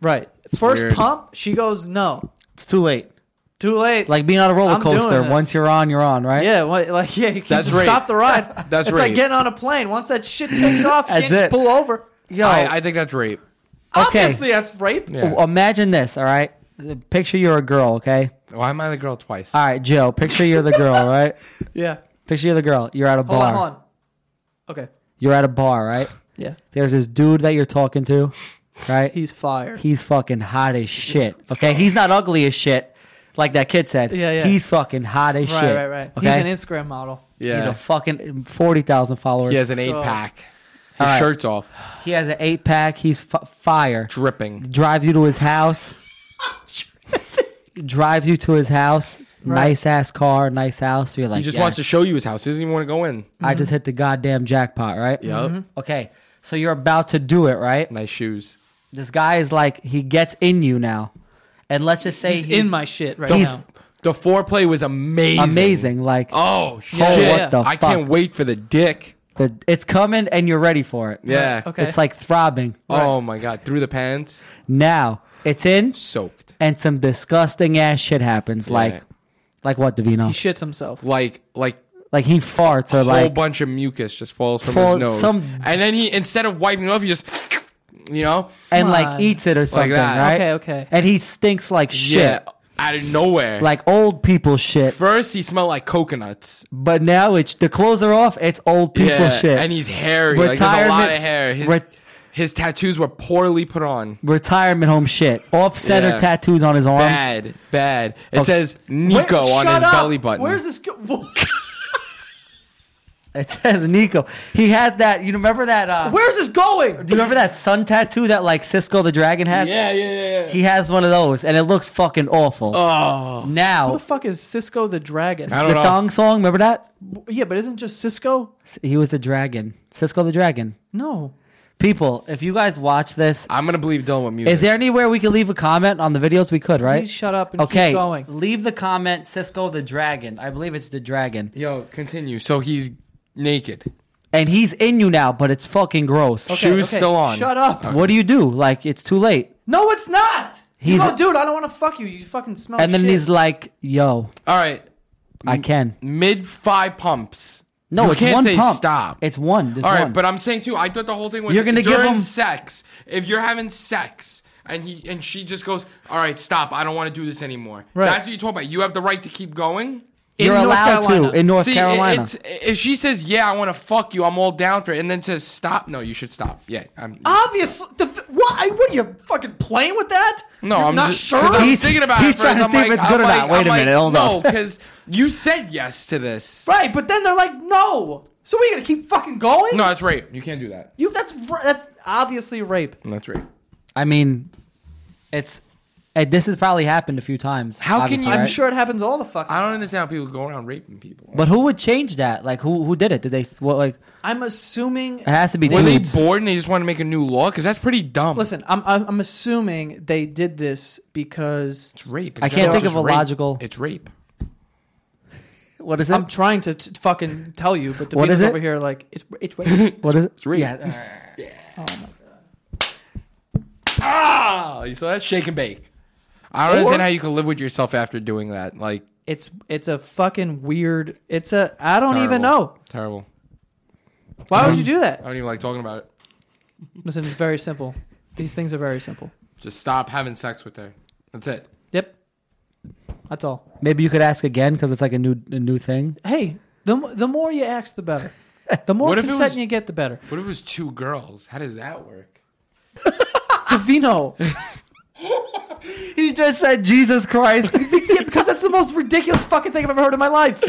A: right. First
B: Weird.
A: pump, she goes no.
C: It's too late.
A: Too late.
C: Like being on a roller
A: I'm doing
C: coaster.
A: this.
C: Once you're on, you're on, right?
A: yeah, wha- like yeah. You can't
B: That's
A: just
B: rape.
A: stop the ride.
B: That's
A: it's
B: rape.
A: like getting on a plane. Once that shit takes off, you can't
C: That's
A: just
C: it.
A: pull over.
C: Yo,
B: I, I think that's rape.
C: Okay.
A: Obviously, that's rape.
B: Yeah.
C: Oh, imagine this, all right? Picture you're a girl, okay?
B: Why am I the girl twice?
C: All right, Joe, picture you're the girl, all right?
A: Yeah.
C: Picture you're the girl. You're at a bar.
A: Hold on, hold on. Okay.
C: You're at a bar, right?
A: Yeah.
C: There's this dude that you're talking to, right?
A: He's fired.
C: He's fucking hot as shit. Okay, he's not ugly as shit, like that kid said.
A: Yeah, yeah.
C: He's fucking hot as
A: right,
C: shit.
A: right, right.
C: Okay?
A: He's an Instagram model.
B: yeah,
C: He's a fucking forty thousand followers.
B: he has an eight
A: Let's go.
B: pack. His
C: All right.
B: shirt's off,
C: He has an eight pack. He's f- fire.
B: dripping.
C: Drives you to his house. drives you to his house.
A: Right.
C: Nice ass car. Nice house. You're like,
B: He just
C: "Yeah,
B: wants to show you his house. He doesn't even want to go in.
C: I just hit the goddamn jackpot, right?
B: Yep.
C: Okay, so you're about to do it, right?
B: Nice shoes.
C: This guy is like, he gets in you now, and let's just say
A: He's
C: he-
A: in my shit right
C: He's-
A: now.
B: The foreplay was amazing.
C: amazing. Like,
B: Oh shit!
A: what
C: the
B: I
C: fuck?
B: can't wait for the dick.
C: The, it's coming and you're ready for it.
B: Yeah.
A: Okay.
C: It's like throbbing.
B: Oh my god! Through the pants,
C: Now it's in
B: soaked.
C: and some disgusting ass shit happens. Like like what,
A: He
C: Davino?
A: shits himself.
B: like like
C: like he farts or
B: a whole
C: like
B: bunch of mucus just falls from
C: Fall-
B: his nose,
C: some-
B: and then he instead of wiping it off, he just you know
C: and
A: Come
C: like
A: on.
C: eats it or something,
B: that.
C: right?
A: Okay, okay.
C: And he stinks like shit.
B: yeah out of nowhere.
C: Like old people shit.
B: first he smelled like coconuts.
C: But now it's the clothes are off, it's old people
B: yeah,
C: shit.
B: and he's hairy. Like, there's a lot of
C: Retirement-
B: hair. His,
C: ret-
B: his tattoos were poorly put on.
C: Retirement home shit. Off center
B: Yeah.
C: tattoos on his arm.
B: Bad, bad. It says
A: Wait,
B: Nico on
A: shut
B: his
A: up.
B: belly button.
A: Where's this? Go-
C: It says Nico. He has that you remember that uh
A: Where's this going?
C: do you remember that sun tattoo that like Cisco the Dragon had?
B: yeah, yeah, yeah. yeah.
C: He has one of those, and it looks fucking awful.
B: Oh,
C: now,
A: What the fuck is Cisco the Dragon?
B: I
C: the
B: don't know.
C: thong song, remember that?
A: Yeah, but isn't just Cisco?
C: S- He was a dragon. Cisco the dragon.
A: No.
C: People, if you guys watch this,
B: I'm gonna believe Dylan with music.
C: is there anywhere we could leave a comment on the videos? We could, right?
A: Please shut up and
C: okay,
A: keep going.
C: leave the comment. Cisco the dragon. I believe it's the dragon,
B: Yo, continue. So he's naked.
C: and he's in you now, but it's fucking gross.
A: Okay,
B: Shoes
A: okay,
B: still on.
A: Shut up.
C: What do you do? Like, it's too late.
A: No, it's not. He's
C: He's-
A: you go, dude. I don't want to fuck you. You fucking smell.
C: And then
A: Oh, shit.
C: he's like, "Yo,
B: All right,
C: I can."
B: mid five pumps.
C: No,
B: you
C: it's
B: can't
C: one
B: say
C: pump.
B: stop.
C: It's one. There's
B: All right,
C: one.
B: but I'm saying too. I thought the whole thing was
C: You're gonna give
B: during
C: him-
B: sex. If you're having sex and he and she just goes, "All right, stop. I don't want to do this anymore."
A: Right.
B: That's what you talk about. You have the right to keep going.
A: In
C: you're
A: North
C: allowed to
A: Carolina.
C: in North
B: See, it-
C: Carolina.
B: it's- if she says, "Yeah, I want to fuck you. I'm all down for it," and then says, "Stop," no, you should stop. Yeah, I'm.
A: obviously. The, what? I, what are you fucking playing with that?
B: No,
A: You're
B: I'm
A: not
B: just, 'cause
A: sure.
B: I'm
C: He's-
B: thinking about it.
C: he's
B: First.
C: trying to
B: I'm
C: see if
B: like,
C: it's good or
B: I'm
C: not.
B: like-
C: Wait
B: I'm
C: a minute,
B: like,
C: hold
B: no,
C: on.
B: because you said yes to this.
A: right, but then they're like, no. So we gonna keep fucking going?
B: No, that's rape. You can't do that.
A: You. That's ra- that's obviously rape.
B: That's rape.
C: I mean, it's eh, this has probably happened a few times.
B: How can
C: obviously,
B: you-
A: I'm
C: right?
A: sure it happens all the fucking.
B: I don't understand how people go around raping people.
C: But who would change that? Like who who did it? Did they what like
A: I'm assuming
C: it has to be
B: Were they
C: dudes.
B: bored and they just want to make a new law? Because that's pretty dumb.
A: Listen, I'm I'm I'm assuming they did this because
B: it's rape.
C: I can't
B: It's
C: think of
B: just
C: a
B: rape.
C: logical-
B: It's rape.
C: what is it?
A: I'm trying to t- fucking tell you, but the
C: What is it?
A: over here like it's it's rape.
C: what is it?
B: rape.
C: Yeah. alright.
B: Ah, you saw that shake and bake. I don't
A: Or-
B: understand how you can live with yourself after doing that. Like,
A: it's it's a fucking weird. It's a I don't
B: terrible.
A: even know
B: Terrible.
A: why would you do
B: I
A: that.
B: don't even like talking about it.
A: Listen, it's very simple. These things are very simple.
B: Just stop having sex with her. That's it.
A: Yep. That's all.
C: Maybe you could ask again because it's like a new a new thing.
A: Hey, the m- the more you ask, the better. The more
B: What if it
A: consent
B: was-
A: you get, the better.
B: What if it was two girls? How does that work?
A: Davino,
C: He just said Jesus Christ.
A: because that's the most ridiculous fucking thing I've ever heard in my life.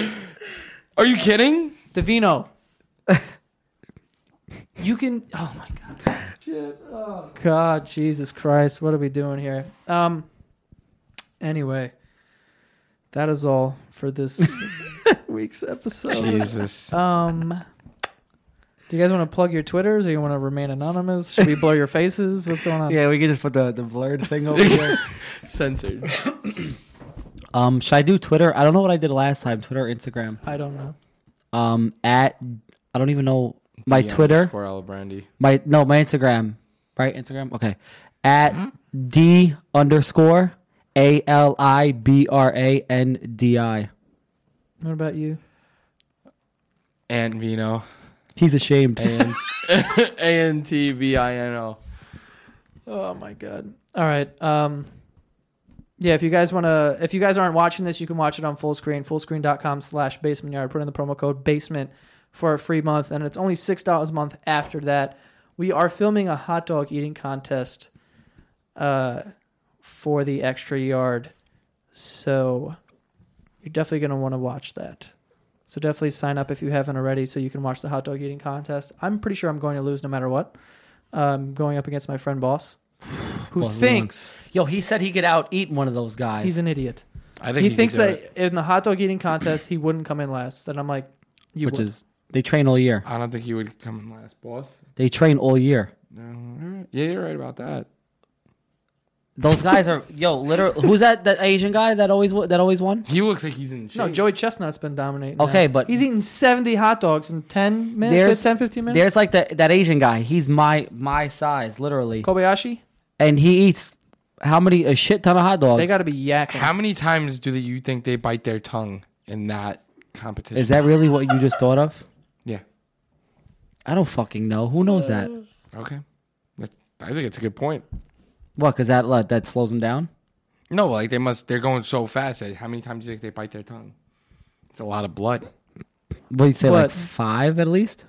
B: Are you kidding?
A: Davino, you can. Oh my god. Shit. Oh God, Jesus Christ, what are we doing here? Um. Anyway, that is all for this week's episode.
B: Jesus.
A: Um, do you guys want to plug your Twitters or you want to remain anonymous? Should we blur your faces? What's going on?
C: yeah, we could just put the, the blurred thing over here.
B: Censored.
C: Um, should I do Twitter? I don't know what I did last time. Twitter or Instagram.
A: I don't know.
C: Um, at I don't even know my
B: Yeah,
C: Twitter.
B: underscore Alibrandi.
C: My no, my Instagram. Right, Instagram. Okay, at d underscore a l i b r a n d i.
A: What about you?
B: Ant Vino.
C: He's ashamed.
B: A N T V I N O.
A: Oh my god. All right. Um yeah, if you guys want to if you guys aren't watching this, you can watch it on full screen, fullscreen.com slash basement yard. Put in the promo code basement for a free month, and it's only six dollars a month after that. We are filming a hot dog eating contest uh for the extra yard. So you're definitely gonna want to watch that. So definitely sign up if you haven't already so you can watch the hot dog eating contest. I'm pretty sure I'm going to lose no matter what. Um going up against my friend Boss, who
C: Boss,
A: thinks
C: Yo, he said he could out eat one of those guys.
A: he's an idiot.
B: I think
A: He,
B: could
A: thinks
B: do
A: that
B: it.
A: in the hot dog eating contest he wouldn't come in last. And I'm like, you
C: which
A: would.
C: is they train all year.
B: I don't think he would come in last, boss.
C: They train all year.
B: No. all right. Yeah, you're right about that.
C: Those guys are yo. Literal. Who's that? That Asian guy that always wa- that always won.
B: He looks like he's in shape.
A: no, Joey Chestnut's been dominating.
C: Okay,
A: that.
C: but-
A: he's eaten 70 hot dogs in 10 minutes,
C: There's-
A: 10, 15 minutes.
C: There's like that that Asian guy. He's my my size, literally,
A: Kobayashi,
C: and he eats how many a shit ton of hot dogs.
A: they got to be yakking.
B: How many times do they, you think they bite their tongue in that competition?
C: Is that really what you just thought of?
B: yeah.
C: I don't fucking know. Who knows that?
A: Uh.
B: Okay. That's, I think it's a good point.
C: What? Cause that like, that slows him down.
B: No, like they must. They're going so fast. That how many times do you think they bite their tongue? It's a lot of blood.
C: What do you say?
A: What?
C: Like five at least.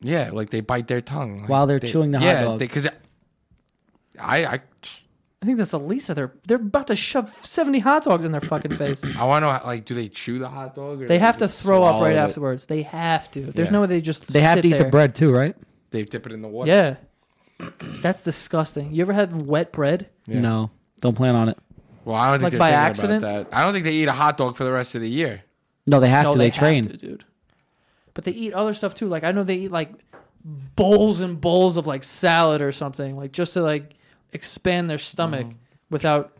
B: Yeah, like they bite their tongue like,
C: While they're
B: they-
C: chewing the hot
B: yeah,
C: dog.
B: because I I
A: I think that's the least of their. They're about to shove 70 hot dogs in their fucking face.
B: I want to know like do they chew the hot dog? Or
A: They
B: do
A: have to
B: just
A: throw up
B: swallow
A: right
B: it?
A: afterwards. They have to. There's
B: Yeah.
A: no way they just.
C: They have
A: sit
C: to eat
A: there.
C: the bread too, right?
B: They dip it in the water.
A: Yeah, that's disgusting. You ever had wet bread?
B: Yeah.
C: No, don't plan on it.
B: Well, I don't think
A: Like
B: they're
A: by
B: thinking
A: accident?
B: about that. I don't think they eat a hot dog for the rest of the year.
C: No, they have
A: no,
C: to. They, train.
A: have to, dude. But they eat other stuff too. Like I know they eat like bowls and bowls of like salad or something, like just to like expand their stomach
C: Mm-hmm.
A: without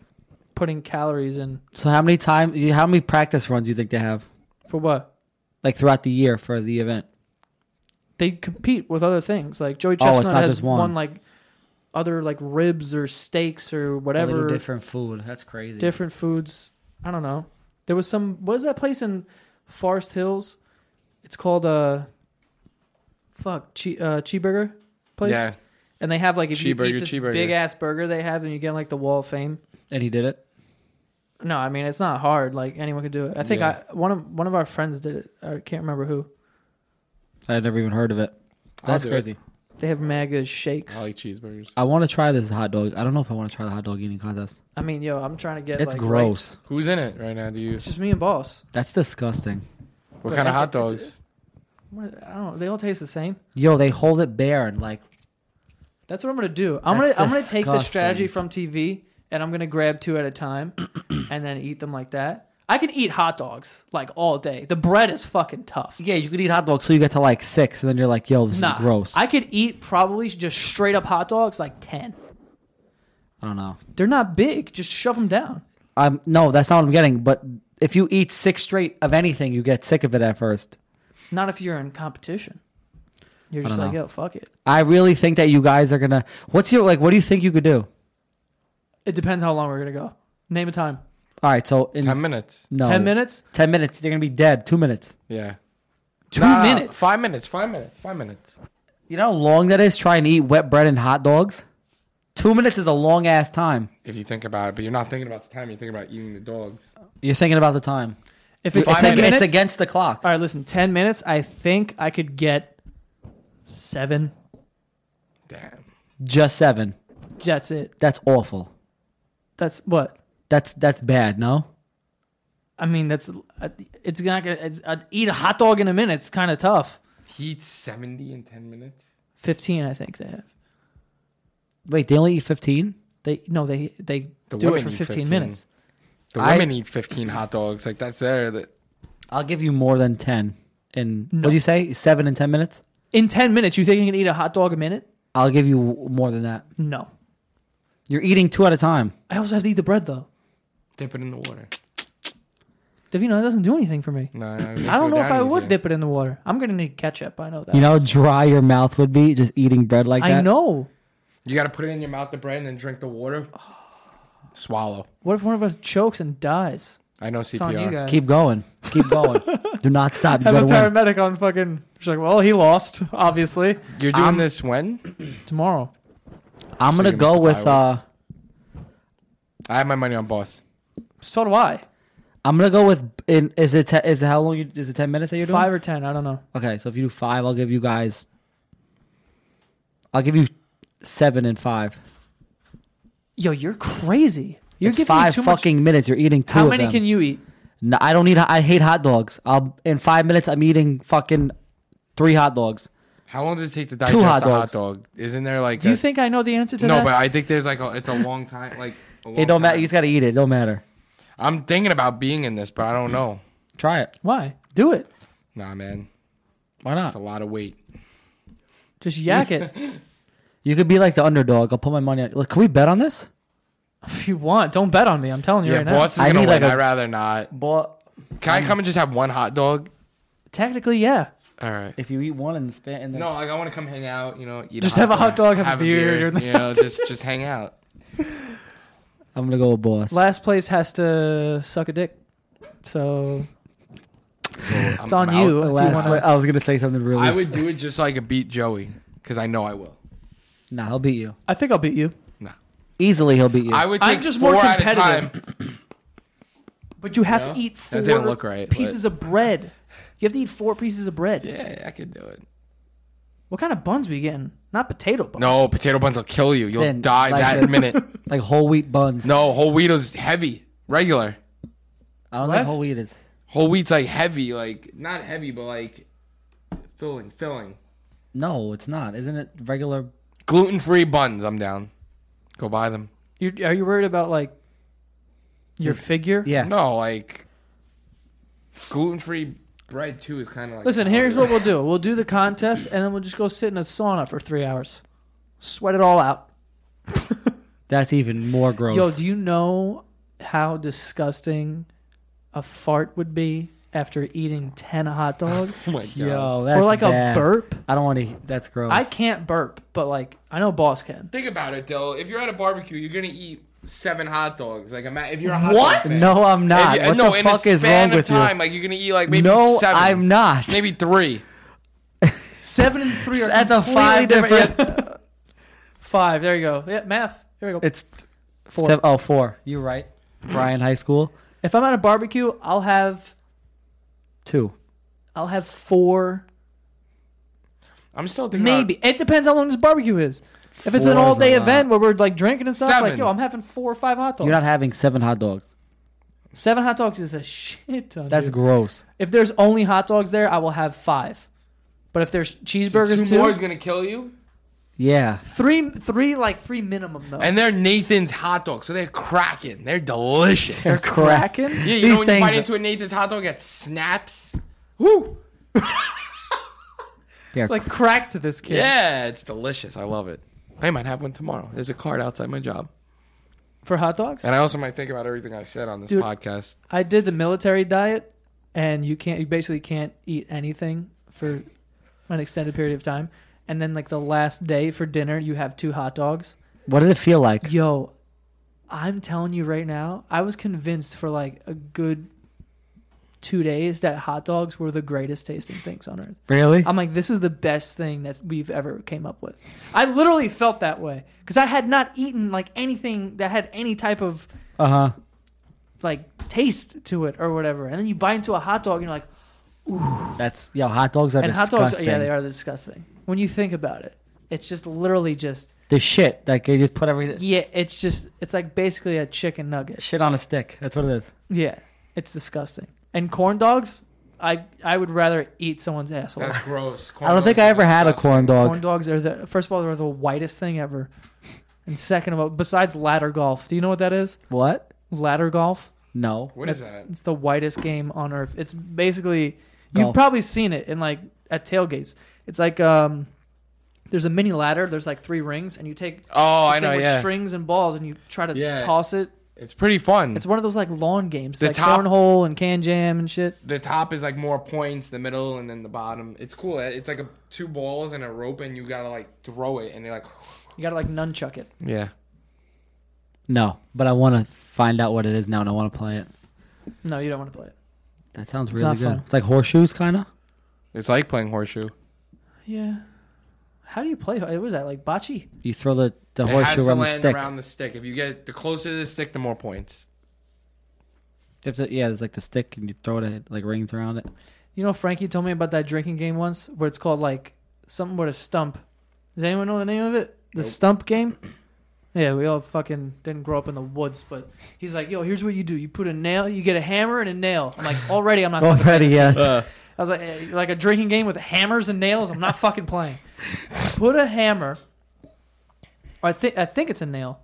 A: putting calories in.
C: So how many time? How many practice runs do you think they have?
A: For what?
C: Like throughout the year for the event?
A: They compete with other things. Like Joey
C: Oh, it's
A: Chestnut
C: not
A: has
C: just one.
A: won like other like ribs or steaks or whatever
C: different food. That's crazy.
A: different foods. I don't know. There was some. What is that place in Forest Hills? It's called uh, fuck, che- uh, cheeseburger place.
B: Yeah,
A: And they have like if you
B: Cheeseburger,
A: eat this
B: cheeseburger.
A: big ass burger they have, then you get like the Wall of Fame.
C: And he did it.
A: No, I mean it's not hard. Like anyone could do it. I think
B: Yeah.
A: I one of one of our friends did it. I can't remember who.
C: I had never even heard of it.
B: I'll
C: That's
B: do
C: crazy.
A: They have mega shakes.
B: I like cheeseburgers.
C: I want to try this hot dog. I don't know if I want to try the hot dog eating contest.
A: I mean, yo, I'm trying to get.
C: It's
A: like, right-
C: gross.
B: Who's in it right now? Do you?
A: It's just me and boss.
C: That's disgusting.
B: What
A: But
B: kind of
A: I-
B: hot
A: it's-
B: dogs?
A: I don't know. They all taste the same.
C: Yo, they hold it bare and like
A: That's what I'm gonna do. I'm
C: That's
A: gonna I'm gonna take the
C: disgusting.
A: strategy from TV and I'm gonna grab two at a time and then eat them like that. I can eat hot dogs like all day. The bread is fucking tough.
C: yeah, you could eat hot dogs till you get to like six, and then you're like, yo, this
A: Nah,
C: is gross. I,
A: I could eat probably just straight up hot dogs like ten.
C: don't know.
A: They're not big. Just shove them down.
C: I'm no, that's not what I'm getting. But if you eat six straight of anything, you get sick of it at first.
A: Not if you're in competition. You're just
C: don't
A: like,
C: know.
A: yo, fuck it.
C: I really think that you guys are gonna. What's your like? What do you think you could do?
A: It depends how long we're gonna go. Name a time.
C: All right, so in
B: Ten minutes.
C: no
A: Ten minutes.
C: ten minutes, you're gonna be dead. Two minutes.
B: Yeah.
A: Two
B: Nah,
A: minutes.
B: Five minutes. Five minutes. Five minutes.
C: You know how long that is? Trying to eat wet bread and hot dogs. Two minutes is a long ass time.
B: if you think about it. But you're not thinking about the time. You're thinking about eating the dogs.
C: You're thinking about the time.
A: If it's
C: It's,
B: Five
A: ten
C: ag-
A: minutes,
C: it's against the clock.
A: All right, listen, ten minutes. I think I could get seven.
B: Damn.
C: Just seven.
A: That's it.
C: That's awful.
A: That's what.
C: That's that's bad. No.
A: I mean, that's uh, it's not gonna it's, uh, eat a hot dog in a minute. It's kind of tough.
B: He eats 70 in 10 minutes.
A: Fifteen, I think they have.
C: Wait, they only eat fifteen.
A: They no, they they
B: The
A: do it
B: women
A: for
B: eat
A: 15
B: 15.
A: minutes.
B: The
C: I-
B: women eat 15 hot dogs. Like that's there. That
C: I'll give you more than ten. In
A: No.
C: what do you say? Seven and ten minutes.
A: In ten minutes, you think you can eat a hot dog a minute?
C: I'll give you w- more than that.
A: No.
C: You're eating two at a time.
A: I also have to eat the bread though.
B: dip it in the water.
A: Davino, that doesn't do anything for me.
B: No,
A: I don't know if I would dip it in the water. I'm gonna need ketchup. I know that.
C: You know, how dry your mouth would be just eating bread like that.
A: I know.
B: You got to put it in your mouth, the bread, and then drink the water. Swallow.
A: What if one of us chokes and dies?
B: I know
A: It's on you
B: CPR.
A: guys.
C: Keep going. Keep going. do not stop. You
A: Have
C: gotta
A: a
C: win.
A: paramedic on fucking. She's like, well, he lost, obviously.
B: You're doing this when?
A: Tomorrow.
C: I'm
B: So
C: gonna
B: you missed
C: go
B: the
C: with. uh
B: fireworks. I have my money on boss.
A: So do I.
C: I'm gonna go with. In is it? Te- is it how long? You, is it ten minutes that you're doing?
A: Five or ten, I don't know.
C: Okay, so if you do five, I'll give you guys. I'll give you seven and five.
A: Yo, you're crazy. You're
C: it's
A: giving
C: five
A: me too
C: fucking minutes. You're eating
A: much.
C: two.
A: How
C: of
A: many
C: them.
A: can you eat?
C: No, I don't need. I hate hot dogs. I'll in five minutes. I'm eating fucking three hot dogs.
B: How long does it take to digest
C: hot
B: a hot
C: dogs.
B: dog? Isn't there like
A: Do you
B: a-
A: think I know the answer to
B: No,
A: that?
B: but I think there's like a, it's a long time. Like a long
C: It don't matter.
B: time.
C: You just gotta eat it. It Don't matter.
B: I'm thinking about being in this, but I don't know.
C: Try it.
A: Why? Do it.
B: Nah, man,
C: Why
B: it's
C: not?
B: a lot of weight.
A: Just yak it
C: You could be like the underdog. I'll put my money on. Look, can we bet on this?
A: if you want. Don't bet on me. I'm telling you
B: Yeah,
A: right
B: boss
C: I
B: is gonna
C: need,
B: win.
C: like, a-
B: I'd rather not.
C: But
B: Can I come and just have one hot dog?
A: now. Technically, yeah.
B: All right.
C: if you eat one and spit, and then
B: No, like I want to come hang out. You know, eat
A: Just have a hot dog, have a beer, you're-
B: you know, just just hang out.
C: I'm gonna go with boss.
A: Last place has to suck a dick. So it's on you. if you
C: Last
A: wanna-
C: pla- I was gonna say something really.
B: I would do it just so I could beat Joey because I know I will.
C: Nah, he'll beat you
A: I think I'll beat you.
B: No,
C: easily. He'll beat you.
B: I would
A: I'm
B: take
A: just
B: four
A: more
B: at a
A: competitive.
B: time.
A: But you have
B: No?
A: to eat four
B: That didn't look right, but-
A: pieces of bread. You have to eat four pieces of bread.
B: Yeah, I could do it.
A: What kind of buns we getting? Not potato buns.
B: No, potato buns will kill you. You'll
C: Thin,
B: die
C: like
B: that
C: the-
B: minute.
C: like whole wheat buns.
B: No, whole wheat is heavy. Regular
C: I don't
A: What?
C: think whole wheat is.
B: whole wheat's like heavy, like not heavy, but like filling, filling.
C: No, it's not. Isn't it regular?
B: Gluten free buns. I'm down. Go buy them.
A: you are you worried about like your figure?
C: Yeah.
B: No, like gluten free bread too is kind of like.
A: Listen, here's what we'll do. We'll do the contest, and then we'll just go sit in a sauna for three hours, sweat it all out.
C: That's even more gross.
A: Yo, do you know how disgusting a fart would be after eating ten hot dogs,
B: Oh my god.
C: Yo, that's
A: or like
C: bad.
A: a burp?
C: I don't want to. That's gross.
A: I can't burp, but like I know boss can.
B: Think about it though. If you're at a barbecue, you're gonna eat seven hot dogs. Like, ima- if you're a hot
A: What?
B: dog fan.
C: no, I'm not.
B: If you-
C: what
B: no,
C: the
B: in
C: fuck
B: a
C: is
B: span
C: wrong
B: of
C: with
B: time,
C: you?
B: like you're gonna eat like maybe
C: no,
B: seven.
C: I'm not.
B: Maybe three.
A: Seven and three are
C: That's a
A: completely
C: five
A: different.
C: different.
A: Five. There you go. Yeah, math. Here we go.
C: it's
A: Four.
C: Seven, oh, four. You're right. Brian High School
A: If I'm at a barbecue, I'll have
C: two.
A: I'll have four
B: I'm still thinking about-
A: Maybe it depends how long this barbecue is. If it's an
C: Four is
A: all day
C: a lot.
A: event where we're like drinking and stuff, like
B: Seven.
A: yo, I'm having four or five hot dogs.
C: You're not having seven hot dogs.
A: Seven hot dogs is a shit ton.
C: That's
A: dude.
C: gross.
A: if there's only hot dogs there, I will have five. But if there's cheeseburgers
B: two more is
A: too,
B: gonna kill you.
C: Yeah.
A: three, three, like three minimum though.
B: And they're Nathan's hot dogs, so they're cracking. They're delicious.
A: they're
C: Correct.
A: cracking.
B: yeah, you
C: These
B: know when you bite
C: things-
B: into a Nathan's hot dog, it snaps. Woo!
C: They're
A: It's like crack to this kid.
B: Yeah, it's delicious. I love it. I might have one tomorrow. There's a card outside my job,
A: For hot dogs,
B: and I also might think about everything I said on this
A: Dude.
B: podcast.
A: I did the military diet, and you can't, you basically can't eat anything for an extended period of time. And then like the last day for dinner, you have two hot dogs.
C: what did it feel like?
A: Yo, I'm telling you right now, I was convinced for like a good two days that hot dogs were the greatest tasting things on earth.
C: Really?
A: I'm like, this is the best thing that we've ever came up with. I literally felt that way because I had not eaten like anything that had any type of
C: Uh huh.
A: like taste to it or whatever. And then you bite into a hot dog and you're like,
C: That's yo. Hot dogs are
A: and
C: disgusting.
A: hot dogs, yeah, they are disgusting. When you think about it, it's just literally just
C: The shit like they just put everything
A: yeah, it's just it's like basically a chicken nugget.
C: shit on a stick. That's what it is.
A: Yeah, it's disgusting. And corn dogs, I I would rather eat someone's asshole.
B: That's gross. Corn
C: I don't
B: dogs
C: think
B: are
C: I ever had a
B: disgusting.
C: corn dog.
A: Corn dogs are the first of all they're the whitest thing ever, and second of all, besides ladder golf, do you know what that is?
C: What?
A: Ladder golf.
C: No.
B: What is that?
A: It's the whitest game on earth. It's basically you've
C: Golf.
A: probably seen it in like at tailgates. It's like um, there's a mini ladder. There's like three rings, and you take
B: Oh,
A: this
B: I
A: thing
B: know.
A: with
B: Yeah,
A: strings and balls, and you try to
B: Yeah.
A: toss it.
B: it's pretty fun.
A: It's one of those like lawn games,
B: The
A: like
B: top-
A: cornhole and can jam and shit.
B: the top is like more points, the middle, and then the bottom. It's cool. It's like a, two balls and a rope, and you gotta like throw it, and they like.
A: You gotta like nunchuck it.
B: Yeah.
C: No. But I want to find out what it is now, and I want to play it.
A: No, you don't want to play it.
C: That sounds
A: not
C: really good.
A: fun.
C: It's like horseshoes, kind of.
B: It's like playing horseshoe.
A: Yeah. How do you play? What was that like bocce?
C: You throw the the
B: it has
C: horseshoe
B: to
C: around the
B: land
C: stick.
B: around the stick. If you get the closer to the stick, the more points.
C: There's a- yeah, there's like the stick, and you throw it it like rings around it.
A: You know, Frankie told me about that drinking game once, where it's called like something with a stump. Does anyone know the name of it? The
B: Nope.
A: stump game. Yeah, we all fucking didn't grow up in the woods, but he's like, "Yo, here's what you do: you put a nail, you get a hammer and a nail." I'm like, already, I'm not. fucking playing
C: Already,
A: this
C: yes.
A: I was like, eh, like a drinking game with hammers and nails. I'm not fucking playing. Put a hammer, or I think I think it's a nail,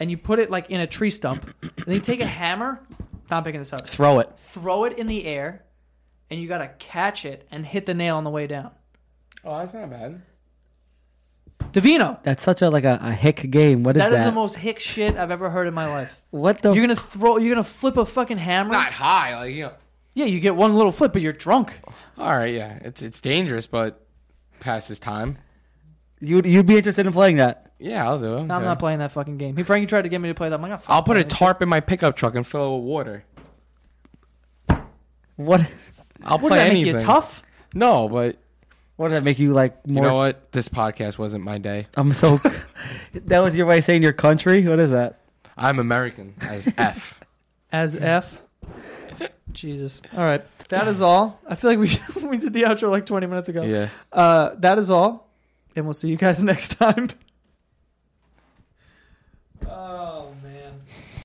A: and you put it like in a tree stump, and then you take a hammer. Not picking this up.
C: throw it.
A: Throw it in the air, and you gotta catch it and hit the nail on the way down.
B: Oh, that's not bad.
A: Davino,
C: That's such a like a, a hick game. What is that?
A: that is the most hick shit I've ever heard in my life.
C: what the?
A: You're gonna throw. You're gonna flip a fucking hammer.
B: Not high, like you. Know.
A: Yeah, you get one little flip, but you're drunk.
B: All right, yeah, it's it's dangerous, but past his time.
C: you you'd be interested in playing that?
B: Yeah, I'll do it.
A: No, I'm not playing that fucking game. He Frankie tried to get me to play that. I'm like, "Oh, I'm not
B: I'll
A: fucking
B: put a
A: playing this
B: tarp in my pickup truck and fill it with water.
C: What?
A: shit.
B: I'll
A: What does
B: play
A: that
B: anything.
A: make you tough?
B: No, but
C: What does that make you like?
B: you
C: More?
B: know what? This podcast wasn't my day.
C: I'm so. that was your way of saying your country. What is that?
B: I'm American as F.
A: As F. Jesus. All right. That is all. I feel like we we did the outro like 20 minutes ago.
B: Yeah.
A: Uh, that is all. And we'll see you guys next time.